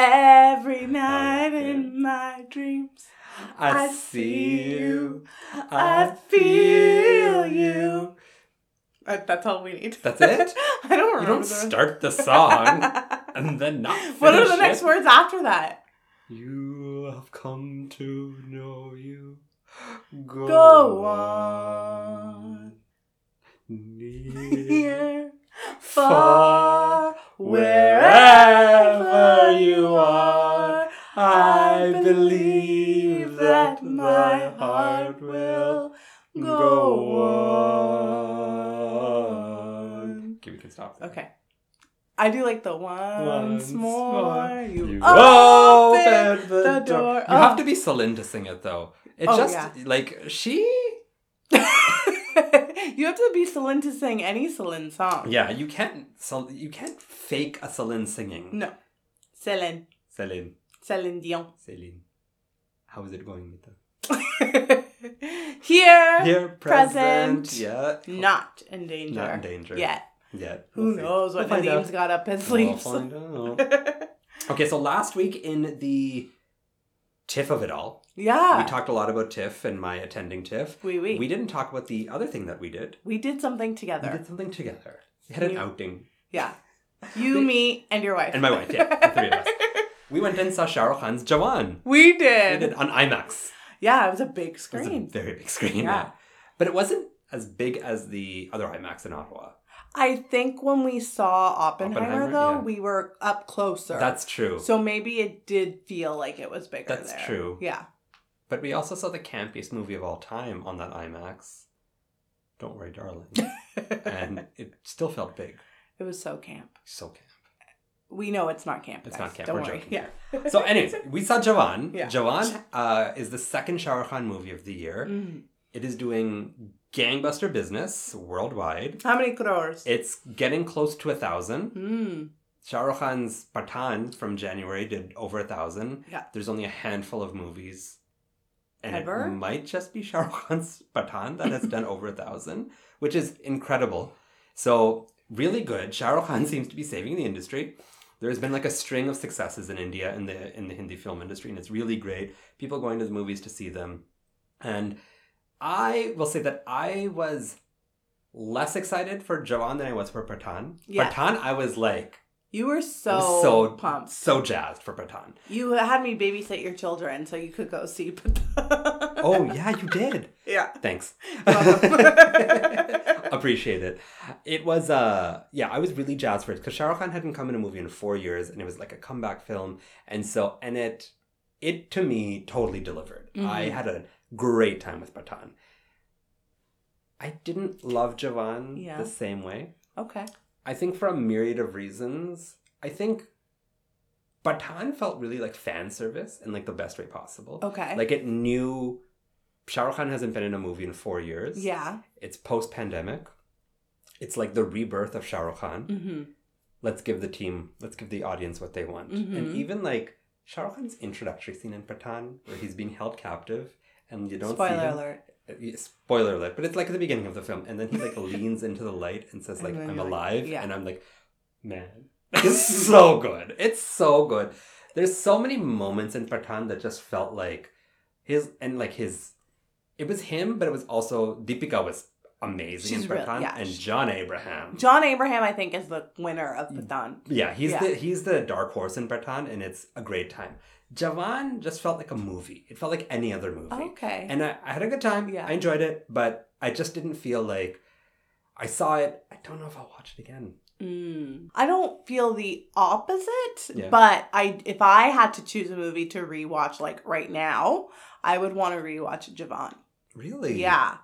Oh, Every night in my dreams, I see you. I feel you. Uh, That's all we need. That's it? I don't remember. You don't the rest. start the song and then not finish What are the next it. words after that? You have come to know you. Go, Go on. Near, Here, far, far, wherever you are. I believe that my heart will go on. Okay, we can stop. Okay. I do like the once, Once more. more You, you open, open the, the door. door. You have Oh. to be Celine to sing it though. It Oh, just yeah. like she you have to be Celine to sing any Celine song. Yeah, you can't Cel- you can't fake a Celine singing. No. Celine. Celine. Celine Dion. Celine. How is it going with the Here, Here present. Yeah. not in danger. Not in danger. Yeah. Yeah. Who we'll see. knows what We'll find Nadim's out. got up his We'll sleeves? find out. okay, so last week in the TIFF of it all, yeah. we talked a lot about TIFF and my attending TIFF. We we We didn't talk about the other thing that we did. we did something We together. did something together. We had an You- outing. Yeah. You, me, and your wife. And my wife, yeah. The three of us. We went and saw Shah Rukh Khan's Jawan. we We did. did on IMAX. Yeah, it was a big It was a screen. very big screen. Yeah. Yeah. But it wasn't as big as the other IMAX in Ottawa. I think when we saw Oppenheimer, Oppenheimer, though, yeah. we were up closer. That's true. so maybe it did feel like it was bigger. That's there. true. Yeah. but we also saw the campiest movie of all time on that IMAX. Don't worry, darling. and it still felt big. It was so camp. So camp. We know it's not camp. It's guys. not camp. Don't We're worry. joking Yeah. So, anyways, we saw Jawan. Yeah. Jawan uh, is the second Shah Rukh Khan movie of the year. Mm. It is doing gangbuster business worldwide. How many crores? It's getting close to a thousand. Mm. Shah Rukh Khan's Pathan from January did over a thousand. Yeah. There's only a handful of movies. And Ever? it might just be Shah Rukh Khan's Pathan that has done over a thousand, which is incredible. So, really good. Shah Rukh Khan seems to be saving the industry. There's been like a string of successes in India in the in the Hindi film industry, and it's really great. People going to the movies to see them. And I will say that I was less excited for Jawan than I was for Pathan. Yeah. Pathan, I was like, You were I so, was pumped. so jazzed for Baton. You had me babysit your children so you could go see. oh Oh yeah, you did. yeah. Thanks. welcome. Appreciate it. It was uh yeah, I was really jazzed for it because Shah Rukh Khan hadn't come in a movie in four years, and it was like a comeback film, and so and it it to me totally delivered. I Mhm. had a great time with Baton. I didn't love Javan Yeah. the same way. Okay. I think for a myriad of reasons. I think Baton felt really like fan service in like the best way possible. Okay. Like it knew Shah Rukh Khan hasn't been in a movie in four years. yeah. It's post pandemic. It's like the rebirth of Shah Rukh Khan. Mm-hmm. Let's give the team, let's give the audience what they want. Mhm. And even like Shah Rukh Khan's introductory scene in Pathan, where he's being held captive and you don't see Spoiler him. alert. Uh, yeah, Spoiler alert, but it's like at the beginning of the film. And then he like leans into the light and says, And like, then I'm you're like, alive. yeah. And I'm like, man, it's so good. It's so good. There's so many moments in Pathan that just felt like his and like his it was him, but it was also Deepika was amazing She's in real- Pathan yeah, and she- John Abraham. John Abraham, I think, is the winner of Mm. Pathan. yeah, he's Yeah. the he's the dark horse in Pathan and it's a great time. Javan just felt like a movie. It felt like any other movie. Okay. And I, I had a good time. Yeah. I enjoyed it, but I just didn't feel like I saw it. I don't know if I'll watch it again. Mm. I don't feel the opposite, Yeah. but I if I had to choose a movie to rewatch like right now, I would want to rewatch Javon. Really? Yeah.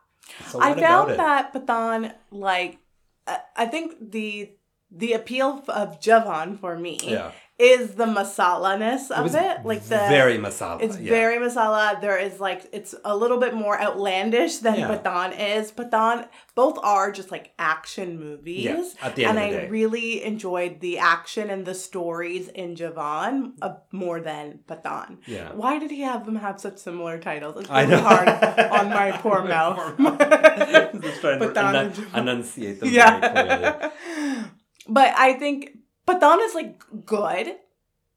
So I what found about it? that Pathan like I- I think the the appeal f- of Javan for me Yeah. is the masala-ness of was it. Like the very masala. it's yeah. very masala. There is like it's a little bit more outlandish than Yeah. Pathan is. Pathan both are just like action movies. Yeah, at the end and of the I day. really enjoyed the action and the stories in Javan uh, more than Pathan. Yeah. Why did he have them have such similar titles? It's I really know. hard on my poor My mouth. poor mouth. Just trying to But that enun- is- enunciate them very clearly. yeah. but I think Pathan is like good.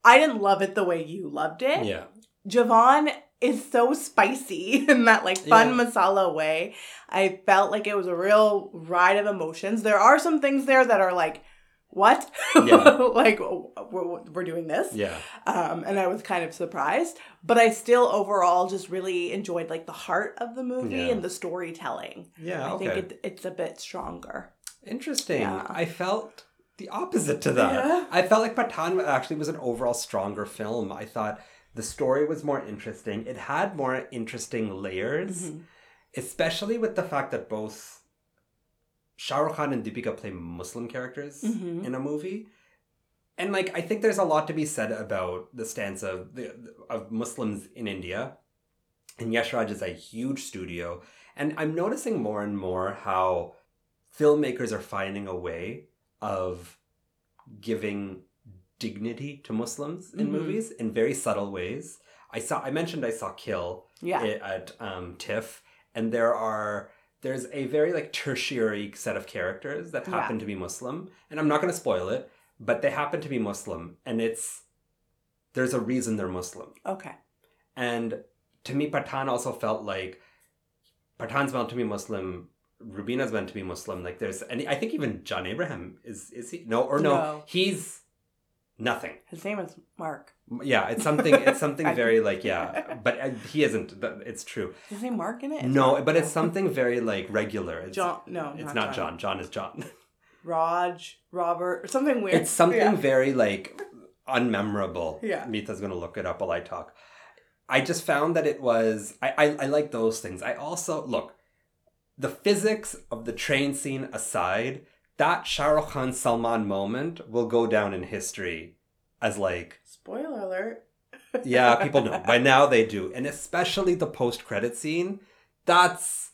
I didn't love it the way you loved it. Yeah. Javon is so spicy in that like fun Yeah. masala way. I felt like it was a real ride of emotions. There are some things there that are like, what? Yeah. like we're, we're doing this. Yeah. Um, and I was kind of surprised, but I still overall just really enjoyed like the heart of the movie Yeah. and the storytelling. Yeah. I okay. think it, it's a bit stronger. Interesting. Yeah. I felt the opposite to that. Yeah. I felt like Patan actually was an overall stronger film. I thought the story was more interesting. It had more interesting layers, especially with the fact that both Shah Rukh Khan and Deepika play Muslim characters Mhm. in a movie. And like I think there's a lot to be said about the stance of the of Muslims in India. And Yash Raj is a huge studio. And I'm noticing more and more how filmmakers are finding a way of giving dignity to Muslims in Mhm. movies in very subtle ways. I saw I mentioned I saw Kill Yeah. i- at um, TIFF, and there are there's a very like tertiary set of characters that happen to be Muslim, and I'm not going to spoil it, but they happen to be Muslim, and it's there's a reason they're Muslim, Okay. and to me, Patan also felt like Patan's meant to be Muslim. Rubina's meant to be Muslim. Like there's, and I think even John Abraham is is he no or no, No. he's nothing. His name is Mark. Yeah, it's something. It's something I- very like yeah, but uh, he isn't. but It's true. Is his name Mark in it? No, but it's something very like regular. It's, John. No, It's not John. John is John. Raj, Robert, or something weird. It's something Yeah. very like unmemorable. Yeah. Mita's gonna look it up while I talk. I just found that it was I, I, I like those things. I also look, the physics of the train scene aside, that Shah Rukh Khan Salman moment will go down in history as like Spoiler alert. yeah, people know. By now they do. And especially the post credit scene, that's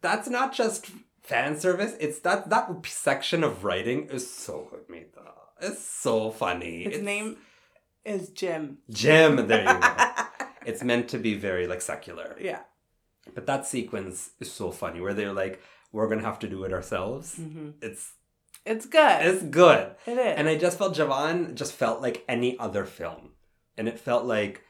that's not just fan service. It's that that section of writing is so good, Mita. It's so funny. His it's name is Jim. Jim, there you go. it's meant to be very like secular. Yeah. But that sequence is so funny where they're like, we're gonna have to do it ourselves. hmm It's It's good. Mm-hmm. it's good. It is. And I just felt Javan just felt like any other film. And it felt like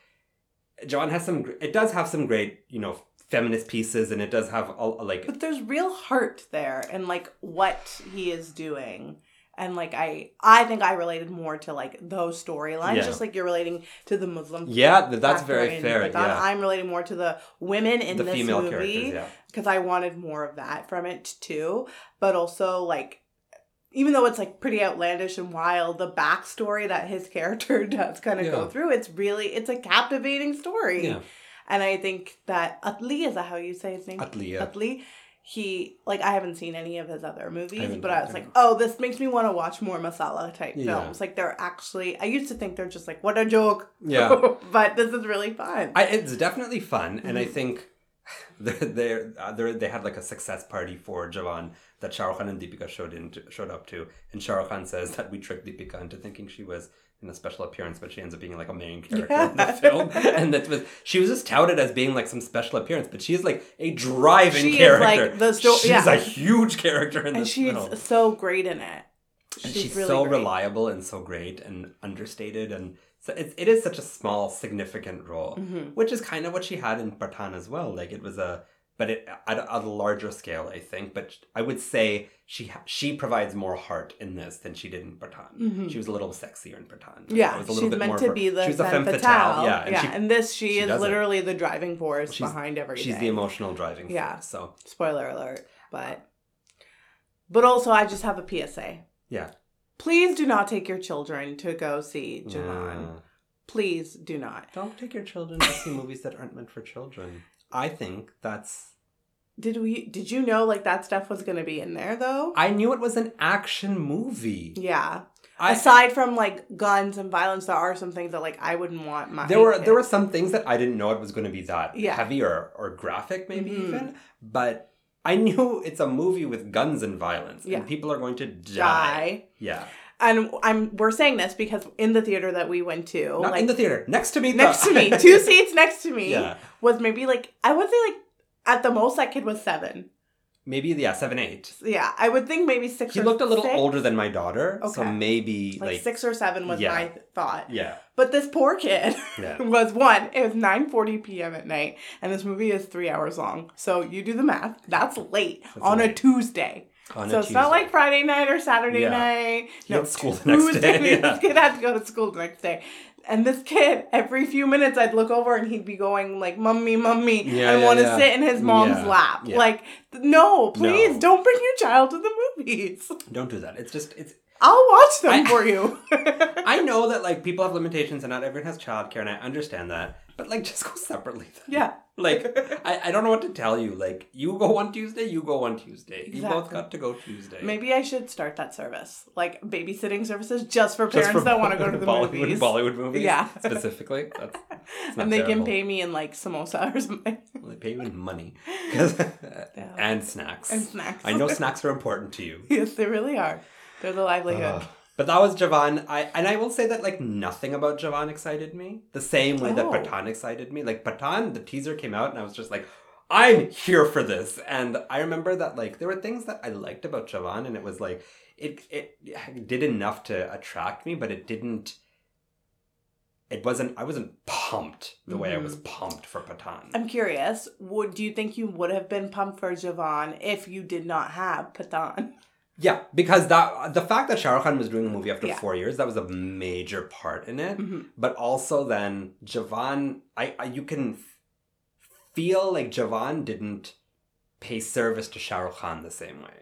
Javan has some, gr- it does have some great, you know, feminist pieces and it does have all, like, but there's real heart there and like what he is doing. And like I I think I related more to like those storylines, Yeah. just like you're relating to the Muslim yeah, th- that's factor very in fair. Pathan. Yeah. I'm relating more to the women in the this female characters, movie. yeah. because I wanted more of that from it too. But also, like, even though it's like pretty outlandish and wild, the backstory that his character does kind of Yeah. go through, it's really it's a captivating story. Yeah. And I think that Atli is that how you say his name? Atliya. Atli. He like I haven't seen any of his other movies, haven't but I was either. like, oh, this makes me want to watch more masala type Yeah. films. Like they're actually, I used to think they're just like what a joke, Yeah. but this is really fun. I, it's definitely fun. And I Mm-hmm. think they're, they're, uh, they're, they had like a success party for Javan that Shah Rukh Khan and Deepika showed, in, showed up to. And Shah Rukh Khan says that we tricked Deepika into thinking she was in a special appearance, but she ends up being like a main character in the Yeah. film. And that was she was just touted as being like some special appearance, but she's like a driving She is, character. like, the sto- she's yeah. a huge character in and this she's film. so great in it. And she's, so great. reliable and so great and understated and so it, it is such a small significant role Mhm. which is kind of what she had in Bartan as well like it was a but it, at, a, at a larger scale I think but I would say she ha- she provides more heart in this than she did in Bartan Mhm. she was a little sexier in Bartan Yeah, It was a she's little bit meant more to of a- be the she was a femme fatale. yeah and she- in this she, she is does it. literally the driving force She's- behind everything. she's the emotional driving Yeah. force so Spoiler alert, but but also I just have a PSA. yeah Please do not take your children to go see Javon. Yeah. Please do not. don't take your children to see movies that aren't meant for children I think that's Did we? Did you know like that stuff was gonna be in there though? I knew it was an action movie. yeah. I, Aside from like guns and violence, there are some things that like I wouldn't want my. there were kids- there were some things that I didn't know it was going to be that Yeah. heavy or, or graphic maybe Mhm. even, but I knew it's a movie with guns and violence Yeah. and people are going to die. die. Yeah, And I'm we're saying this because in the theater that we went to, not Oh, like in the theater next to me. though. next to me, two seats next to me yeah, was maybe like I would say like at the most that kid was seven. maybe yeah seven eight. Yeah, I would think maybe six. He or looked a little six. older than my daughter, so Okay. maybe Like, like, six or seven was Yeah. my thought. yeah But this poor kid yeah. was one. It was 9:40 p.m. at night, and this movie is three hours long. So you do the math. That's late That's on a late. Tuesday. On a so it's not Tuesday. like Friday night or Saturday Yeah. night. He had school the next Tuesday. day, yeah. This kid had to go to school the next day. And this kid, every few minutes, I'd look over and he'd be going like, "Mummy, mummy, Yeah, I yeah, want to yeah. sit in his mom's Yeah, lap." yeah. Like, th- no, please No. don't bring your child to the movies. don't do that. It's just it's I'll watch them I- for you. I know that like people have limitations and not everyone has childcare, and I understand that. But like, just go separately. Then. yeah, Like, I, I don't know what to tell you. Like, you go on Tuesday, you go on Tuesday. You both Exactly. got to go Tuesday. maybe I should start that service, like babysitting services, just for Just parents that want to go to the Bollywood, movies, Bollywood movies, Yeah. specifically. That's, it's not and they terrible. can pay me in like samosa or something Well, they pay you in money 'Cause- and snacks. and snacks. I know snacks are important to you. yes, they really are. They're the livelihood. Ugh. but that was Javan. I and I will say that like nothing about Javan excited me the same way that Oh. Patan excited me. Like Patan, the teaser came out and I was just like, I'm here for this. And I remember that like there were things that I liked about Javan and it was like it it did enough to attract me, but it didn't. It wasn't. I wasn't pumped the way I Mhm. was pumped for Patan. I'm curious. Would do you think you would have been pumped for Javon if you did not have Patan? Yeah, because that the fact that Shah Rukh Khan was doing a movie after Yeah. four years, that was a major part in it. Mhm. But also then Javan, I, I you can f- feel like Javan didn't pay service to Shah Rukh Khan the same way.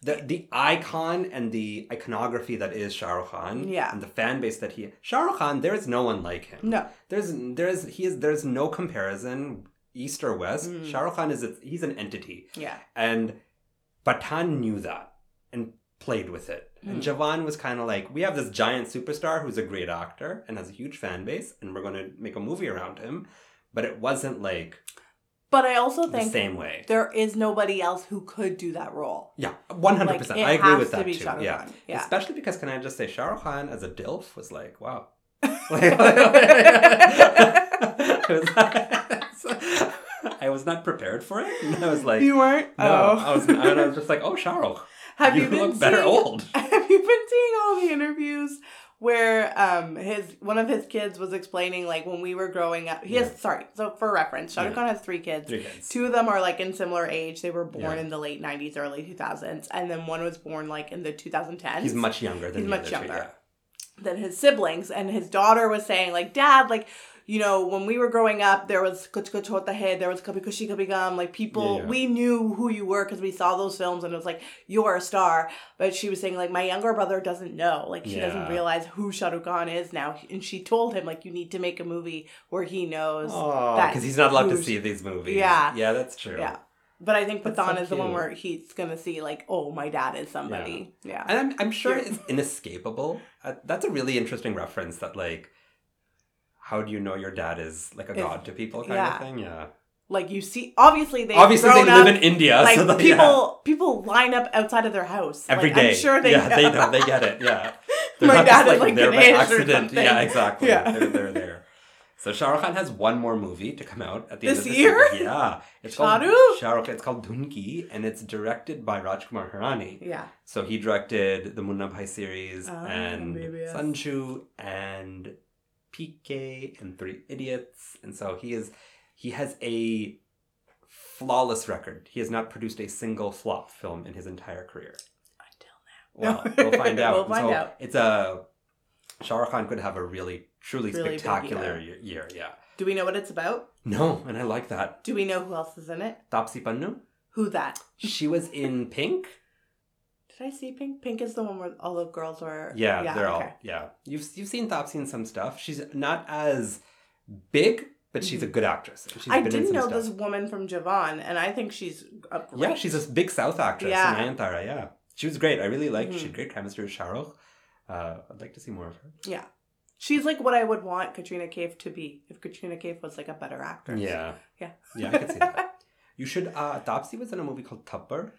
The the icon and the iconography that is Shah Rukh Khan, Yeah. and the fan base that he Shah Rukh Khan, there is no one like him. No. There's there's he is there's no comparison east or west. Mm. Shah Rukh Khan is a, he's an entity. Yeah. And Patan knew that and played with it. Hmm. And Javan was kind of like, we have this giant superstar who's a great actor and has a huge fan base, and we're going to make a movie around him. But it wasn't like But I also the think same way. there is nobody else who could do that role. Yeah, 100%. Like, it I agree has with to that be too. Shah Rukh yeah. Khan. Yeah. Especially because, can I just say, Shah Rukh Khan as a DILF was like, wow. I, was, I was not prepared for it. And I was like, you weren't. no. I, was, I was just like, oh, Shah Rukh. have you, you, been look better seeing- old. Have you been seeing all the interviews where um his one of his kids was explaining like when we were growing up? He Yeah. has sorry. So for reference, Shah Rukh Yeah. Khan has three kids. Three kids. Two of them are like in similar age. They were born Yeah. in the late 90s, early 2000s. And then one was born like in the 2010s He's much younger than He's the much other two, younger. than his siblings. And his daughter was saying, like, Dad, like, you know, when we were growing up, there was Kuchikochotahe, there was Kabikushi Kabigam. Like, people, Yeah, yeah. we knew who you were because we saw those films and it was like, you're a star. But she was saying, like, my younger brother doesn't know. Like, she doesn't Yeah. realize who Shah Rukh Khan is now. And she told him, like, you need to make a movie where he knows. that because he's not allowed to huge- see these movies. Yeah. yeah, that's true. Yeah. But I think That's Pathan so is the one cute. where he's gonna see like, oh, my dad is somebody. Yeah. and I'm I'm sure Cute. it's inescapable. Uh, that's a really interesting reference. That like, how do you know your dad is like a If- god to people kind yeah. of thing? Yeah, Like you see, obviously they obviously they grown live up, in India, like so that, people yeah. people line up outside of their house Every like, day. I'm sure they. yeah, they know. They get it. Yeah, My not dad just, is, like, there by Ganesh or accident. something. Yeah, exactly. Yeah. They're, they're there. So Shah Rukh Khan has one more movie to come out at the This end of this year? year. Yeah, it's Shahrukh? called Shah Rukh. It's called Dunki, and it's directed by Rajkumar Hirani. yeah. So he directed the Munna Bhai series Ah, and BBS. Sanchu and PK and Three Idiots. And so he is he has a flawless record. He has not produced a single flop film in his entire career. Well, we'll find out. We'll find so out. It's a Shah Rukh Khan could have a really truly Really big spectacular y- year. Yeah. Do we know what it's about? No, and I like that. Do we know who else is in it? Tapsi Pannu. Who that? She was in Pink. Did I see Pink? Pink is the one where all the girls were. Yeah, they're okay. all yeah. You've you've seen Thopsy in some stuff. She's not as big, but she's a good actress. and Mm-hmm. She's I been in didn't some know stuff. this woman from Javon, and I think she's a great. Yeah, she's a big South actress, Yeah. yeah. Anthara, yeah. She was great. I really liked Mhm. She had great chemistry with Shahrukh. Uh, I'd like to see more of her. she's like what I would want Katrina Kaif to be if Katrina Kaif was like a better actress. Yeah. Yeah. Yeah, I could see that. You should. Uh, Dopsy was in a movie called Tupper.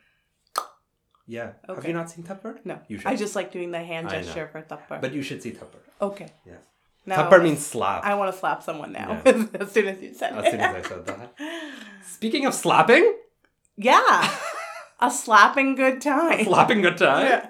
Yeah. Have Okay. you not seen Tupper? No, You should. I just like doing the hand I know. gesture for thupper. But you should see Tupper. okay, Yeah. now I Tupper wanna- means slap. I want to slap someone now. as soon as you said as it. soon as I said that. Speaking of slapping, yeah, a slapping good time. slapping good time. Yeah.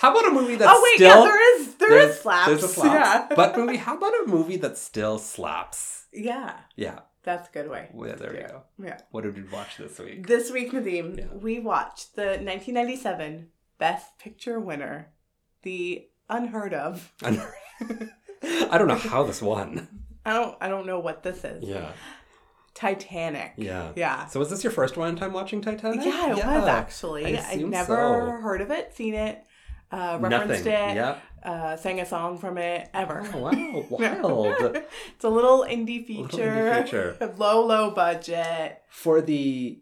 How about a movie that's oh wait, still yeah, there is there is slaps. There's a slaps. Yeah, But movie, how about a movie that still slaps? yeah, Yeah. that's a good way. Well, yeah, there we Yeah. go. Yeah. What did we watch this week? This week, Nadeem, Yeah. we watched the 1997 Best Picture winner, the unheard of. I don't know how this won. I don't I don't know what this is. Yeah. Titanic. Yeah. Yeah. So was this your first one time watching Titanic? Yeah, it was actually. I I would assume never so. heard of it, seen it, uh, referenced Nothing. it, Yeah. uh, sang a song from it, ever. Oh, wow. Wild. it's a little indie indie feature. feature. low, low budget. For the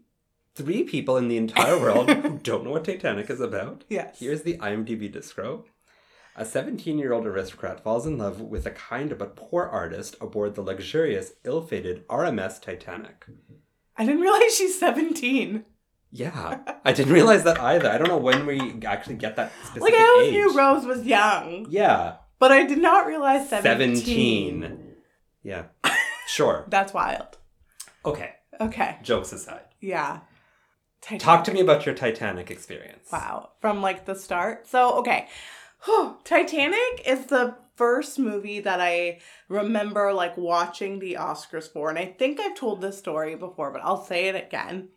three people in the entire world who don't know what Titanic is about, Yes. Here's the IMDb discro. A 17 year old aristocrat falls in love with a kind but poor artist aboard the luxurious, ill fated RMS Titanic. I didn't realize she's 17. Yeah, I didn't realize that either. I don't know when we actually get that specific Like, I always age. knew Rose was young, Yeah, but I did not realize 17. 17. Yeah, sure. That's wild. Okay, Okay. jokes aside. Yeah. Titanic. Talk to me about your Titanic experience. Wow. From like the start. So, okay. Titanic is the first movie that I remember like watching the Oscars for. And I think I've told this story before, but I'll say it again.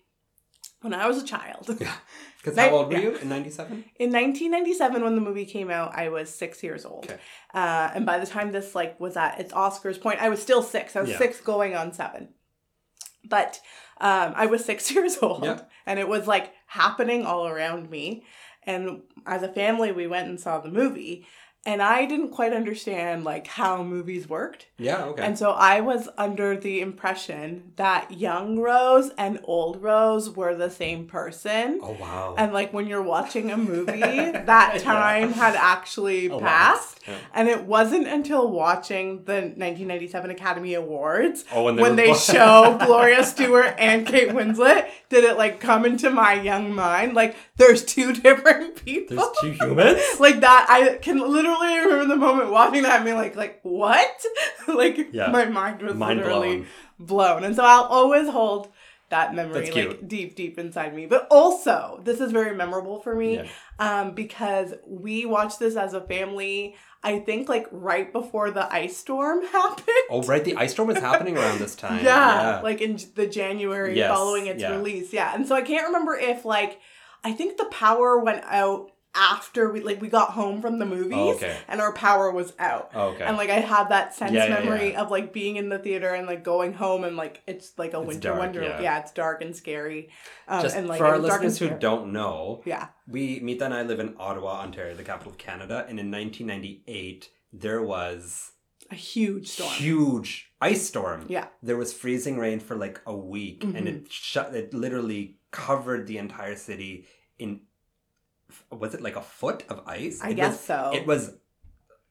When I was a child, Because Nin- how old were yeah. you in 97? in 1997, when the movie came out, I was six years old. Okay. Uh, and by the time this like was at its Oscars point, I was still six. I was Yeah. six going on seven. But um, I was six years old, Yeah. and it was like happening all around me. And as a family, we went and saw the movie, and I didn't quite understand like how movies worked. Yeah, okay. And so I was under the impression that young Rose and old Rose were the same person. oh, wow. And like when you're watching a movie, that Yeah. time had actually Oh, wow. passed. Yeah. And it wasn't until watching the 1997 Academy Awards Oh, when they, when were they born. show Gloria Stewart and Kate Winslet did it like come into my young mind. Like there's two different people. There's two humans? like that, I can literally remember the moment watching that and being like, like what? like Yeah. my mind was Mind literally blown. blown. And so I'll always hold that memory That's cute. like deep, deep inside me. But also, this is very memorable for me Yeah. um, because we watched this as a family, I think like right before the ice storm happened. Oh, right. The ice storm was happening around this time. Yeah, like in j- the January Yes, following its yeah. release. Yeah. And so I can't remember if like I think the power went out after we like we got home from the movies Oh, okay. and our power was out. Oh, Okay. And like I have that sense Yeah, yeah, memory yeah. of like being in the theater and like going home and like it's like a It's winter dark, wonderland. yeah. Yeah. it's dark and scary. Um, Just and like for our it was dark and listeners who scary. don't know, yeah, we Mita and I live in Ottawa, Ontario, the capital of Canada, and in 1998 there was a huge storm. huge ice storm. Yeah. Mm-hmm. there was freezing rain for like a week, and it shut. It literally covered the entire city in. Was it like a foot of ice? I It guess was- so. It was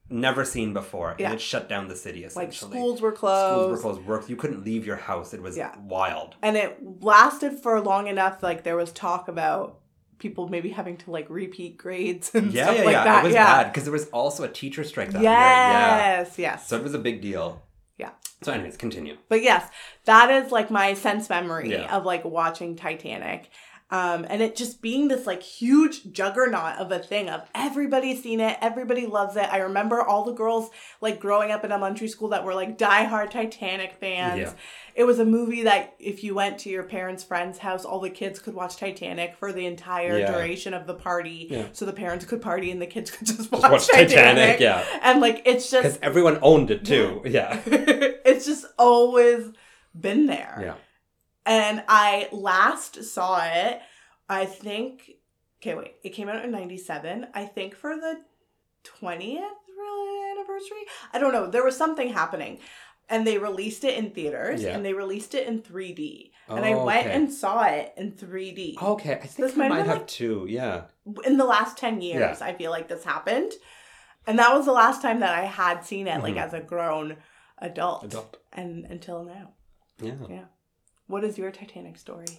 never seen before, Oh. Yeah. and it shut down the city essentially. like schools were Schools were closed. closed. Work you couldn't leave your house. It was Yeah. wild. and it lasted for long enough like there was talk about people maybe having to like repeat grades and Yeah, stuff yeah, like yeah. that It was yeah bad because there was also a teacher strike that year. Yeah. yes yes So it was a big deal. Yeah. So, anyways, continue. but yes that is like my sense memory Yeah. of like watching titanic um, and it just being this like huge juggernaut of a thing of everybody's seen it everybody loves it i remember all the girls like growing up in elementary school that were like diehard titanic fans Yeah. it was a movie that if you went to your parents friend's house all the kids could watch titanic for the entire Yeah. duration of the party Yeah. so the parents could party and the kids could just watch, watch titanic. Titanic, yeah. and like it's just Because everyone owned it too. Yeah. it's just always been there. Yeah. And I last saw it, I think, okay, wait, it came out in 97. I think for the 20th really anniversary. I don't know. There was something happening. and they released it in theaters Yeah. and they released it in 3D. and I went Okay. Oh. and saw it in 3D. Okay, I think This I might might, have been, have like- two. Yeah. In the last 10 years, I feel like this happened. And that was the last time that I had seen it, like Mhm. as a grown adult. Adult. And until now. Yeah. What is your Titanic story?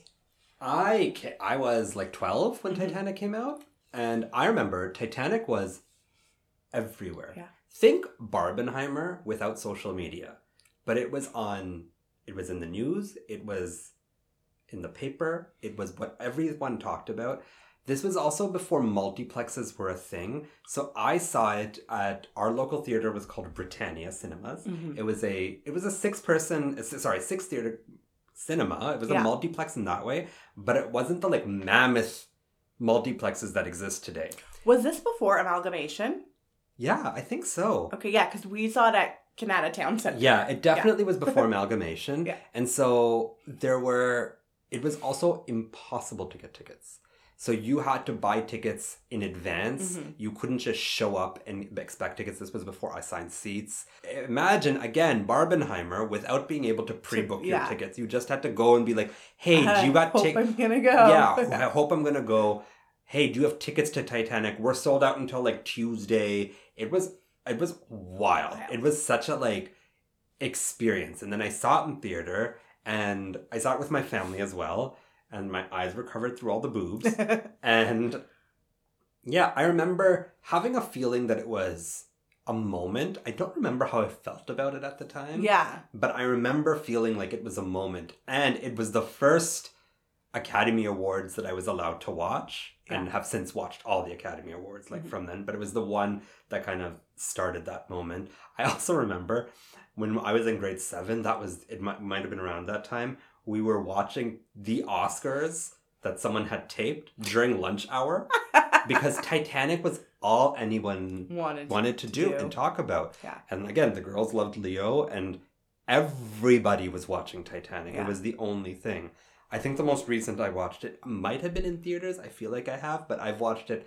I ca- I was like 12 when Mhm. Titanic came out and I remember Titanic was everywhere. Yeah. Think Barbenheimer without social media. But it was on it was in the news, it was in the paper, it was what everyone talked about. This was also before multiplexes were a thing. So I saw it at our local theater was called Britannia Cinemas. It was a it was a six person sorry six theater cinema. It was Yeah. a multiplex in that way, but it wasn't the like mammoth multiplexes that exist today. Was this before amalgamation? Yeah, I think so. Okay, yeah, because we saw it at Canada Town Center. Yeah, it definitely was before amalgamation, Yeah. and so there were. It was also impossible to get tickets. So you had to buy tickets in advance. Mhm. You couldn't just show up and expect tickets. This was before I signed seats. Imagine again Barbenheimer without being able to pre-book yeah. your tickets. You just had to go and be like, "Hey, I do you got hope tickets?" I'm gonna go. Yeah, I hope I'm gonna go. Hey, do you have tickets to Titanic? We're sold out until like Tuesday. It was it was wild. Wild. It was such a like experience. And then I saw it in theater, and I saw it with my family as well. And my eyes were covered through all the boobs. And yeah, I remember having a feeling that it was a moment. I don't remember how I felt about it at the time. yeah. But I remember feeling like it was a moment. And it was the first Academy Awards that I was allowed to watch and have since watched all the Academy Awards like Mhm. from then. But it was the one that kind of started that moment. I also remember when I was in grade seven, that was, it might, might have been around that time, we were watching the Oscars that someone had taped during lunch hour because Titanic was all anyone Wanted. wanted to do, do. and talk about. Yeah. And again, the girls loved Leo, and everybody was watching Titanic. Yeah. It was the only thing. I think the most recent I watched it might have been in theaters. I feel like I have, but I've watched it.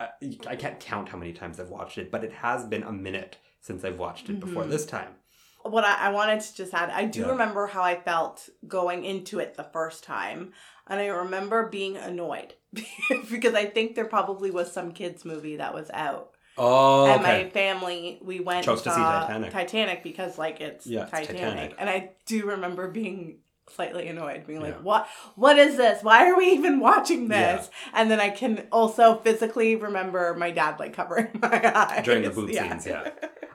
I, I can't count how many times I've watched it, but it has been a minute since I've watched it before Mhm. this time. what I, I wanted to just add, I do Yeah. remember how I felt going into it the first time, and I remember being annoyed because I think there probably was some kids movie that was out, Oh, and my family we went Chose to see saw Titanic. because like it's, Yeah, it's Titanic. Titanic. and I do remember being slightly annoyed, being like, Yeah. "What? What is this? Why are we even watching Yeah. this?" And then I can also physically remember my dad like covering my eyes During the boob scenes, yeah.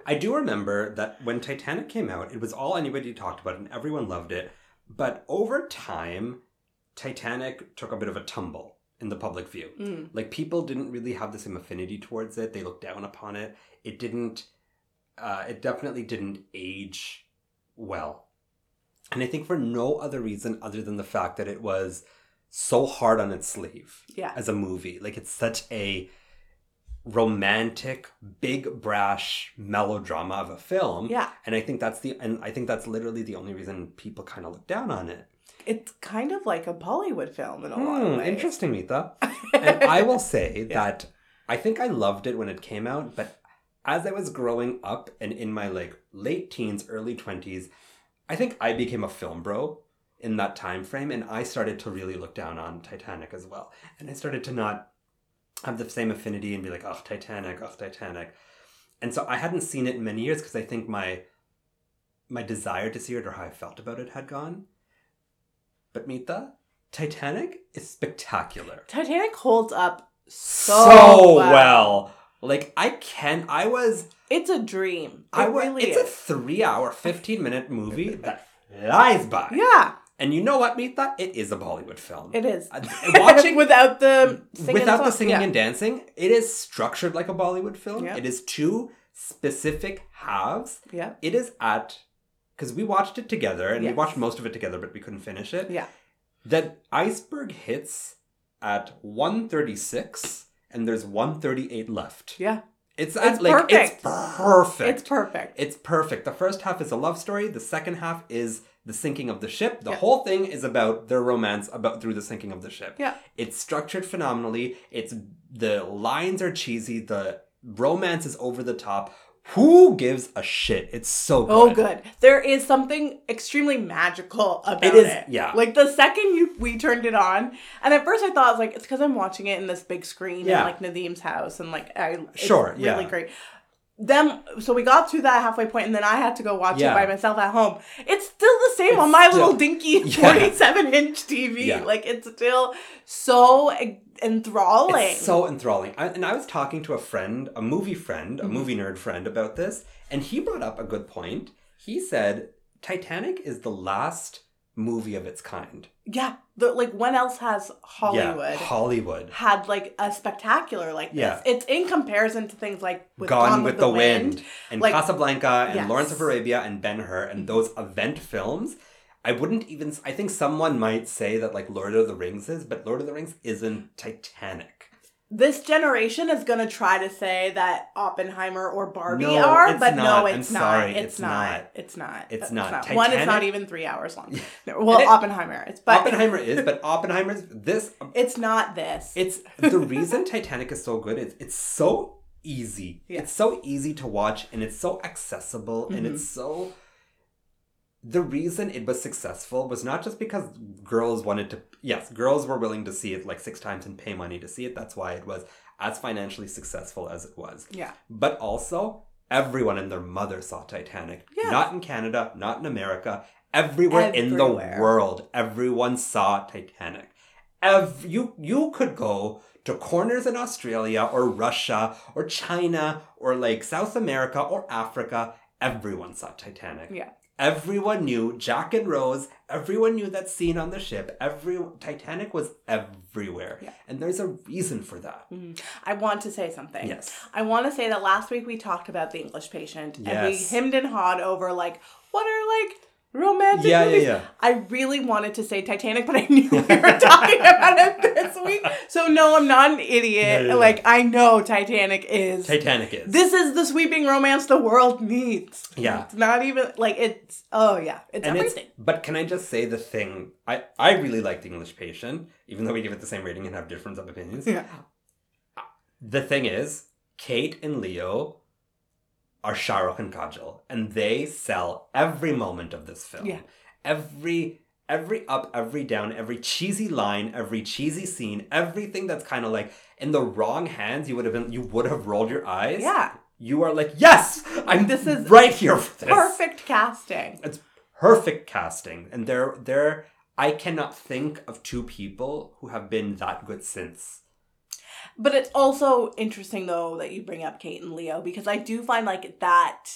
I do remember that when Titanic came out, it was all anybody talked about and everyone loved it. But over time, Titanic took a bit of a tumble in the public view. Mm. Like people didn't really have the same affinity towards it. They looked down upon it. It didn't. Uh, it definitely didn't age well, and I think for no other reason other than the fact that it was so hard on its sleeve Yeah. as a movie. Like it's such a romantic, big brash melodrama of a film. Yeah. And I think that's the and I think that's literally the only reason people kind of look down on it. It's kind of like a Bollywood film in a lot of Hmm, ways. interesting, Meetha. and I will say that I think I loved it when it came out, but as I was growing up and in my like late teens, early twenties, I think I became a film bro in that time frame, and I started to really look down on Titanic as well, and I started to not have the same affinity and be like, "Oh, Titanic, oh, Titanic," and so I hadn't seen it in many years because I think my my desire to see it or how I felt about it had gone. But Meeta, Titanic is spectacular Titanic holds up so, so, well. well. Like I can I was It's a dream. It I was really it's a is. three hour, fifteen minute movie that flies by. yeah, And you know what, Mita? It is a Bollywood film. it is. Uh, watching without the singing without the songs, singing yeah. and dancing, it is structured like a Bollywood film. Yeah. It is two specific halves. Yeah, It is at because we watched it together and Yes. we watched most of it together, but we couldn't finish it. yeah. That iceberg hits at 136 and there's 138 left. Yeah, It's, It's it's like perfect. it's perfect. it's perfect. It's perfect. The first half is a love story. The second half is the sinking of the ship. The Yeah. whole thing is about their romance about through the sinking of the ship. Yeah. It's structured phenomenally. It's the lines are cheesy. The romance is over the top. Who gives a shit? It's so good. Oh, good. There is something extremely magical about it. It is- yeah. Like the second you we turned it on, and at first I thought I was like, it's because I'm watching it in this big screen Yeah. in like Nadim's house, and like I it's Sure, yeah. really great. Then so we got to that halfway point, and then I had to go watch Yeah. it by myself at home. It's still the same It's on my still- little dinky Yeah. 47 inch TV. Yeah. Like it's still so en- enthralling. It's so enthralling. I, and I was talking to a friend, a movie friend, Mm-hmm. a movie nerd friend about this, and he brought up a good point. He said Titanic is the last movie of its kind. yeah. The, like when else has Hollywood? Yeah, Hollywood. had like a spectacular like this. Yeah. It's in comparison to things like Gone, with, the, wind, and Like- Casablanca and Yes. Lawrence of Arabia and Ben Hur and those event films. I wouldn't even. I think someone might say that like Lord of the Rings is, but Lord of the Rings isn't Titanic. This generation is gonna try to say that Oppenheimer or Barbie No, are, it's but not. no, I'm it's not. sorry, it's, it's not. not. It's not. It's That's not. One, it's not Titanic- even three hours long. No, And well, it- Oppenheimer is, but Oppenheimer is, but Oppenheimer's this it's not this. It's the reason Titanic is so good is it's so easy. Yeah. It's so easy to watch and it's so accessible and it's so the reason it was successful was not just because girls wanted to yes, girls were willing to see it like six times and pay money to see it. That's why it was as financially successful as it was. yeah. But also everyone and their mother saw Titanic. Yes. Not in Canada, not in America. Everywhere, in the Everywhere. world, everyone saw Titanic. Ev- you you could go to corners in Australia or Russia or China or like South America or Africa. Everyone saw Titanic. Yeah. Everyone knew Jack and Rose. Everyone knew that scene on the ship. Every Titanic was everywhere, Yeah. and there's a reason for that. Mhm. I want to say something. Yes. I want to say that last week we talked about the English patient and we Yes. hemmed and hawed over like what are like romantic Yeah, yeah, movies. yeah. I really wanted to say Titanic, but I knew we were talking about it this week. So no, I'm not an idiot. Yeah, yeah, Like I know Titanic is Titanic is this is the sweeping romance the world needs. Yeah. It's not even like it's oh yeah. It's and it's everything. but can I just say the thing I I really like the English Patient, even though we give it the same rating and have difference of opinions. yeah. The thing is, Kate and Leo are Shahrukh and Kajal, and they sell every moment of this film. Yeah. Every every up, every down, every cheesy line, every cheesy scene, everything that's kind of like in the wrong hands, you would have been you would have rolled your eyes. Yeah. You are like, yes, I'm This this is is right here for this Perfect casting. it's perfect casting and they're they're i cannot think of two people who have been that good since But it's also interesting though that you bring up Kate and Leo because I do find like that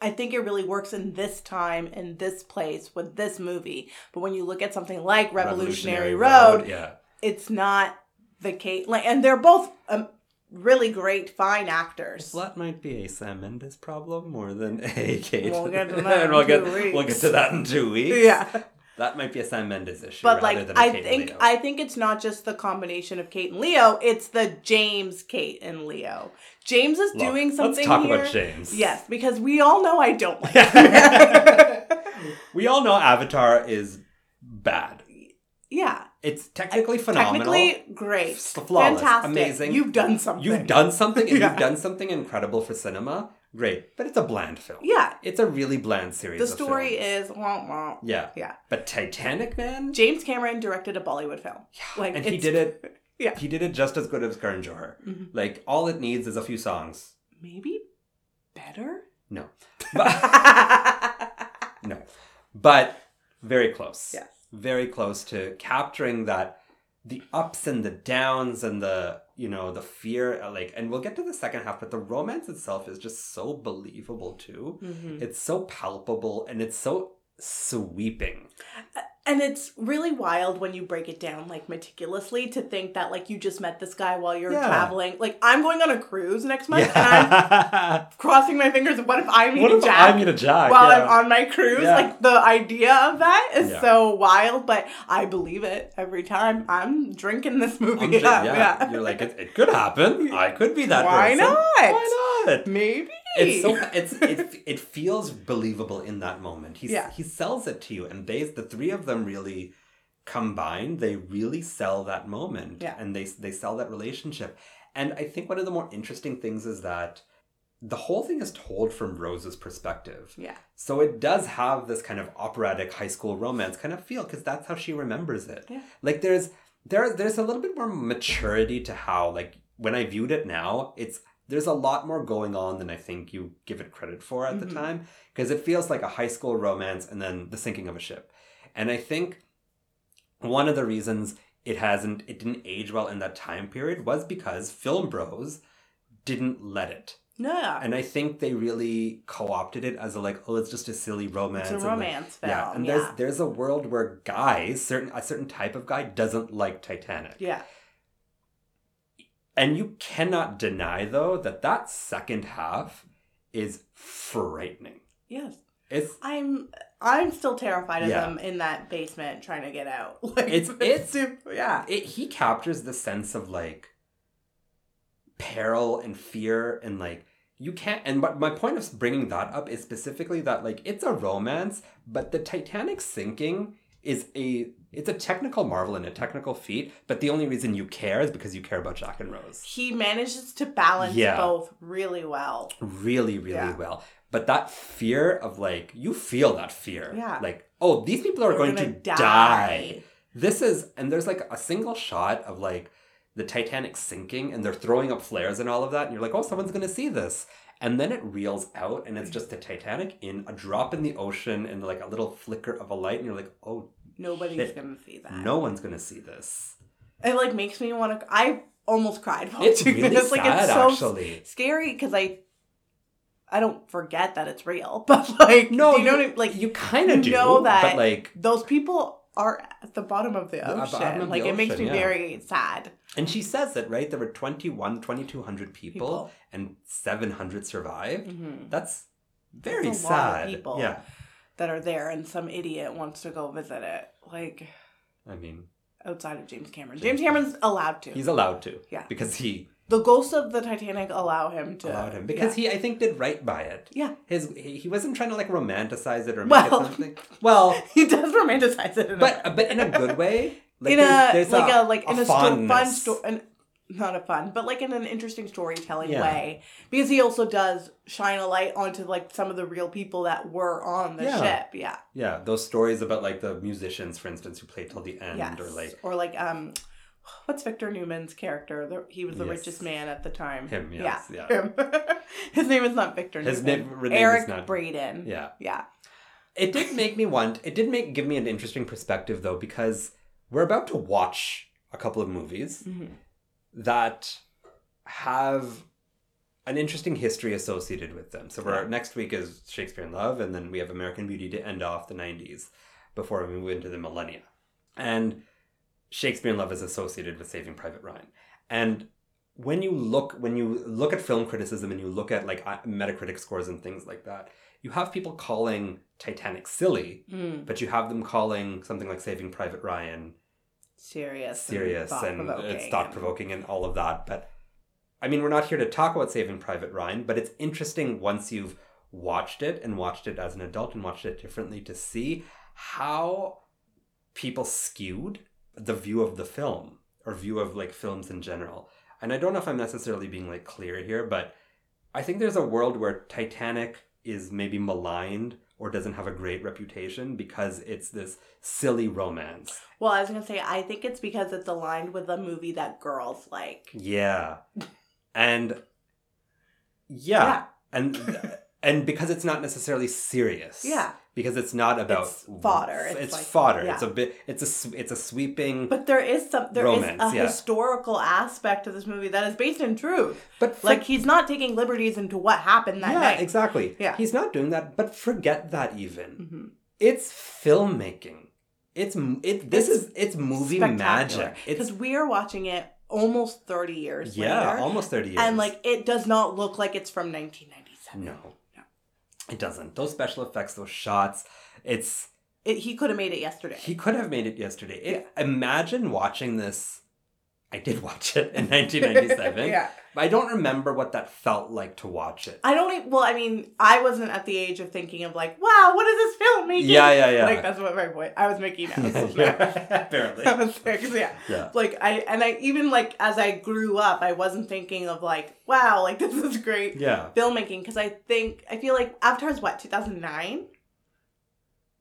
I think it really works in this time in this place with this movie. But when you look at something like Revolutionary, Road, yeah it's not the Kate like and they're both um, really great fine actors. that might be a Sam Mendes problem more than a Kate. We'll get to that and in we'll two get we'll get weeks. to that in two weeks. Yeah. that might be a Sam Mendes issue. But rather like than a I Kate think Leo. I think it's not just the combination of Kate and Leo, it's the James Kate and Leo. James is Look, doing something Let's talk here. about James. Yes, because we all know I don't like him. we all know Avatar is bad. yeah. It's technically phenomenal. Technically, great. F- flawless, Fantastic. amazing. You've done something. You've done something, and Yeah. you've done something incredible for cinema. Great, but it's a bland film. Yeah. It's a really bland series. The of story films. is womp womp. Yeah. Yeah. But Titanic Man? James Cameron directed a Bollywood film. Like and he it's- did it. Yeah. He did it just as good as Karan Johar. Mhm. Like, all it needs is a few songs. Maybe better? No. But, no. But very close. Yes. Very close to capturing that the ups and the downs and the you know the fear uh, like and we'll get to the second half but the romance itself is just so believable too Mhm. it's so palpable and it's so sweeping And it's really wild when you break it down like meticulously to think that like you just met this guy while you're Yeah. traveling. Like I'm going on a cruise next month and Yeah. I'm crossing my fingers. What if I meet what a if Jack? I'm gonna jack? while yeah. I'm on my cruise. Yeah. Like the idea of that is Yeah. so wild, but I believe it every time. I'm drinking this movie. I'm up, ju- yeah, yeah. You're like, it, it could happen. I could be that Why person. not? Why not? Maybe. It's so it's it, it feels believable in that moment. He Yeah. he sells it to you, and they the three of them really combined. They really sell that moment, Yeah. and they they sell that relationship. And I think one of the more interesting things is that the whole thing is told from Rose's perspective. Yeah. So it does have this kind of operatic high school romance kind of feel because that's how she remembers it. Yeah. Like there's there there's a little bit more maturity to how like when I viewed it now, it's there's a lot more going on than I think you give it credit for at Mhm. the time because it feels like a high school romance and then the sinking of a ship. And I think one of the reasons it hasn't it didn't age well in that time period was because film bros didn't let it. No. And I think they really co-opted it as a like, oh, it's just a silly romance. It's a and, like, romance film. yeah, and there's there's a world where guys, certain a certain type of guy doesn't like Titanic. yeah. And you cannot deny though that that second half is frightening. Yes. It's I'm I'm still terrified of Yeah. them in that basement trying to get out. Like It's- it's- super, yeah. it, he captures the sense of like peril and fear and like you can't and but my point of bringing that up is specifically that like it's a romance but the titanic sinking is a it's a technical marvel and a technical feat but the only reason you care is because you care about jack and rose He manages to balance Yeah. both really well. really really Yeah. well but that fear of like you feel that fear Yeah. like oh these people are We're going to gonna die. This is, and there's like a single shot of like the Titanic sinking and they're throwing up flares and all of that. And you're like, oh, someone's going to see this. And then it reels out and it's just the Titanic in a drop in the ocean and like a little flicker of a light. And you're like, oh, Nobody's Shit. gonna see that. no one's going to see this. It like makes me want to. I almost cried watching It's really this. Like sad, Oh, it's so actually. scary because I, I don't forget that it's real, but like No, you you- don't even- like You kind of do. know that But like, those people are at the bottom of the At the ocean. bottom of the like it makes ocean, me yeah. very sad. and she says it, right? There were 21, 2,200 people, People. and 700 survived. Mhm. That's very That's a lot of sad. people. Yeah. That are there, and some idiot wants to go visit it, like I mean, outside of James Cameron. James James Cameron's allowed to. he's allowed to. Yeah. Because he the ghosts of the Titanic allow him to. allowed him because he I think did right by it. Yeah. His he he wasn't trying to like romanticize it or make Well. it something. Well, he he does romanticize it, in a but but in a good way. in a like a, like in a sto- fun fondness. story an not a fun but like in an interesting storytelling Yeah. way because he also does shine a light onto like some of the real people that were on the Yeah. ship yeah Yeah, those stories about like the musicians, for instance, who played till the end, yes or like um what's victor newman's character the, he was the Yes. richest man at the time him. Yes, yeah, yeah. him his name is not victor His newman name- name is eric not- braden yeah It did make me want. It did make give me an interesting perspective though, because we're about to watch a couple of movies Mhm. that have an interesting history associated with them. So we're, next week is Shakespeare in Love, and then we have American Beauty to end off the 90s before we move into the millennia. And Shakespeare in Love is associated with Saving Private Ryan. And when you look when you look at film criticism and you look at like uh, Metacritic scores and things like that, you have people calling Titanic silly, Mm, but you have them calling something like Saving Private Ryan serious serious and it's thought-provoking thought provoking and all of that. But I mean, we're not here to talk about Saving Private Ryan, but it's interesting once you've watched it and watched it as an adult and watched it differently to see how people skewed the view of the film or view of like films in general. And I don't know if I'm necessarily being like clear here, but I think there's a world where Titanic is maybe maligned or doesn't have a great reputation because it's this silly romance. Well, I was gonna say I think it's because it's aligned with a movie that girls like. Yeah. And yeah. Yeah. And and because it's not necessarily serious. Yeah. Because it's not about It's fodder. It's, It's like- fodder. yeah. It's a bit it's a s- it's a sweeping but, But there is some there is Romance, a yeah. historical aspect to this movie that is based in truth. but Like he's not taking liberties into what happened that yeah, night. exactly. Yeah. He's not doing that, but forget that even. Mhm. It's filmmaking. It's m- it this is it's movie Spectacular. magic. It's Because we are watching it almost thirty years yeah, later, almost 30 years. and like it does not look like it's from nineteen ninety seven. no. It doesn't. Those special effects, those shots, it's It, he could have made it yesterday. He could have made it yesterday. It, Imagine watching this I did watch it in 1997. yeah. But I don't remember what that felt like to watch it. I don't even, well, I mean, I wasn't at the age of thinking of like, wow, what is this film making? Yeah, yeah, yeah. Like, that's what my point. I was making notes. Apparently. I was six, yeah. Yeah. Like, I, and I, even like as I grew up, I wasn't thinking of like, wow, like this is great Yeah. filmmaking. Because I think, I feel like Avatar's what, 2009?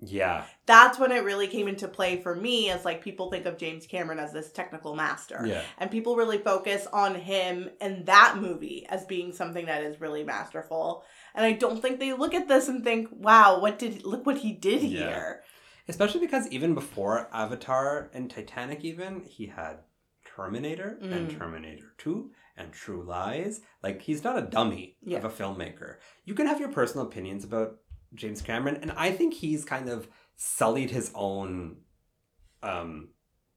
Yeah. That's when it really came into play for me as like people think of James Cameron as this technical master. Yeah. And people really focus on him and that movie as being something that is really masterful. And I don't think they look at this and think, wow, what did look what he did Yeah. here. Especially because even before Avatar and Titanic, even, he had Terminator and Mm. Terminator 2 and True Lies. Like, he's not a dummy Yeah. of a filmmaker. You can have your personal opinions about James Cameron, and I think he's kind of sullied his own um,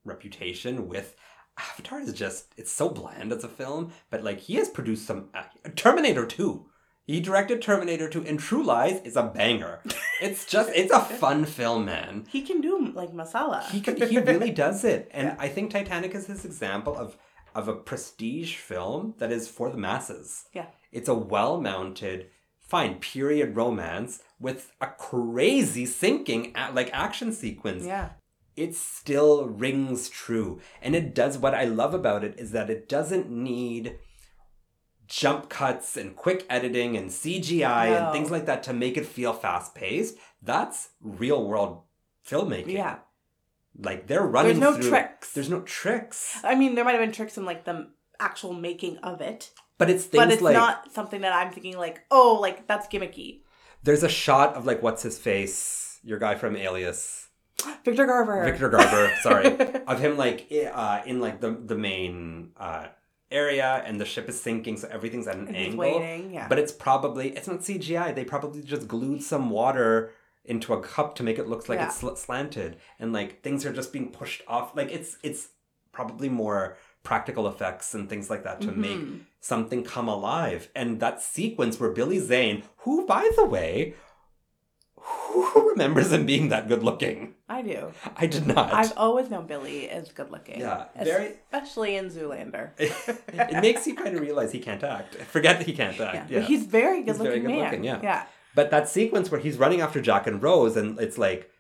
reputation with. Avatar is just, it's so bland as a film, but like he has produced some. Terminator 2. He directed Terminator 2, and True Lies is a banger. It's just, it's a fun film, man He can do like masala. he could, he really does it and i think titanic is his example of of a prestige film that is for the masses Yeah. it's a well mounted fine period romance with a crazy sinking a- like action sequence yeah. it still rings true and it does what i love about it is that it doesn't need jump cuts and quick editing and cgi No. and things like that to make it feel fast paced that's real world filmmaking Yeah. like they're running no through- tricks. there's no tricks I mean, there might have been tricks in like the actual making of it, but it's things but it's like not something that I'm thinking like, oh, like that's gimmicky. there's a shot of like what's his face your guy from alias Victor Garber. Victor Garber, sorry, of him like i- uh, in like the the main uh, area, and the ship is sinking, so everything's at an And he's angle. waiting, yeah. But it's probably it's not CGI. They probably just glued some water into a cup to make it look like Yeah. it's sl- slanted, and like things are just being pushed off. Like it's it's probably more practical effects and things like that to make Mhm. something come alive. And that sequence where Billy Zane, who by the way. Who remembers him being that good looking? I do. I did not. I've always known Billy is good looking. Yeah, very- Especially in Zoolander. it makes you kind of realize he can't act. Forget that he can't Yeah. act. Yeah. But he's very good looking very man. good-looking, yeah. Yeah. But that sequence where he's running after Jack and Rose, and it's like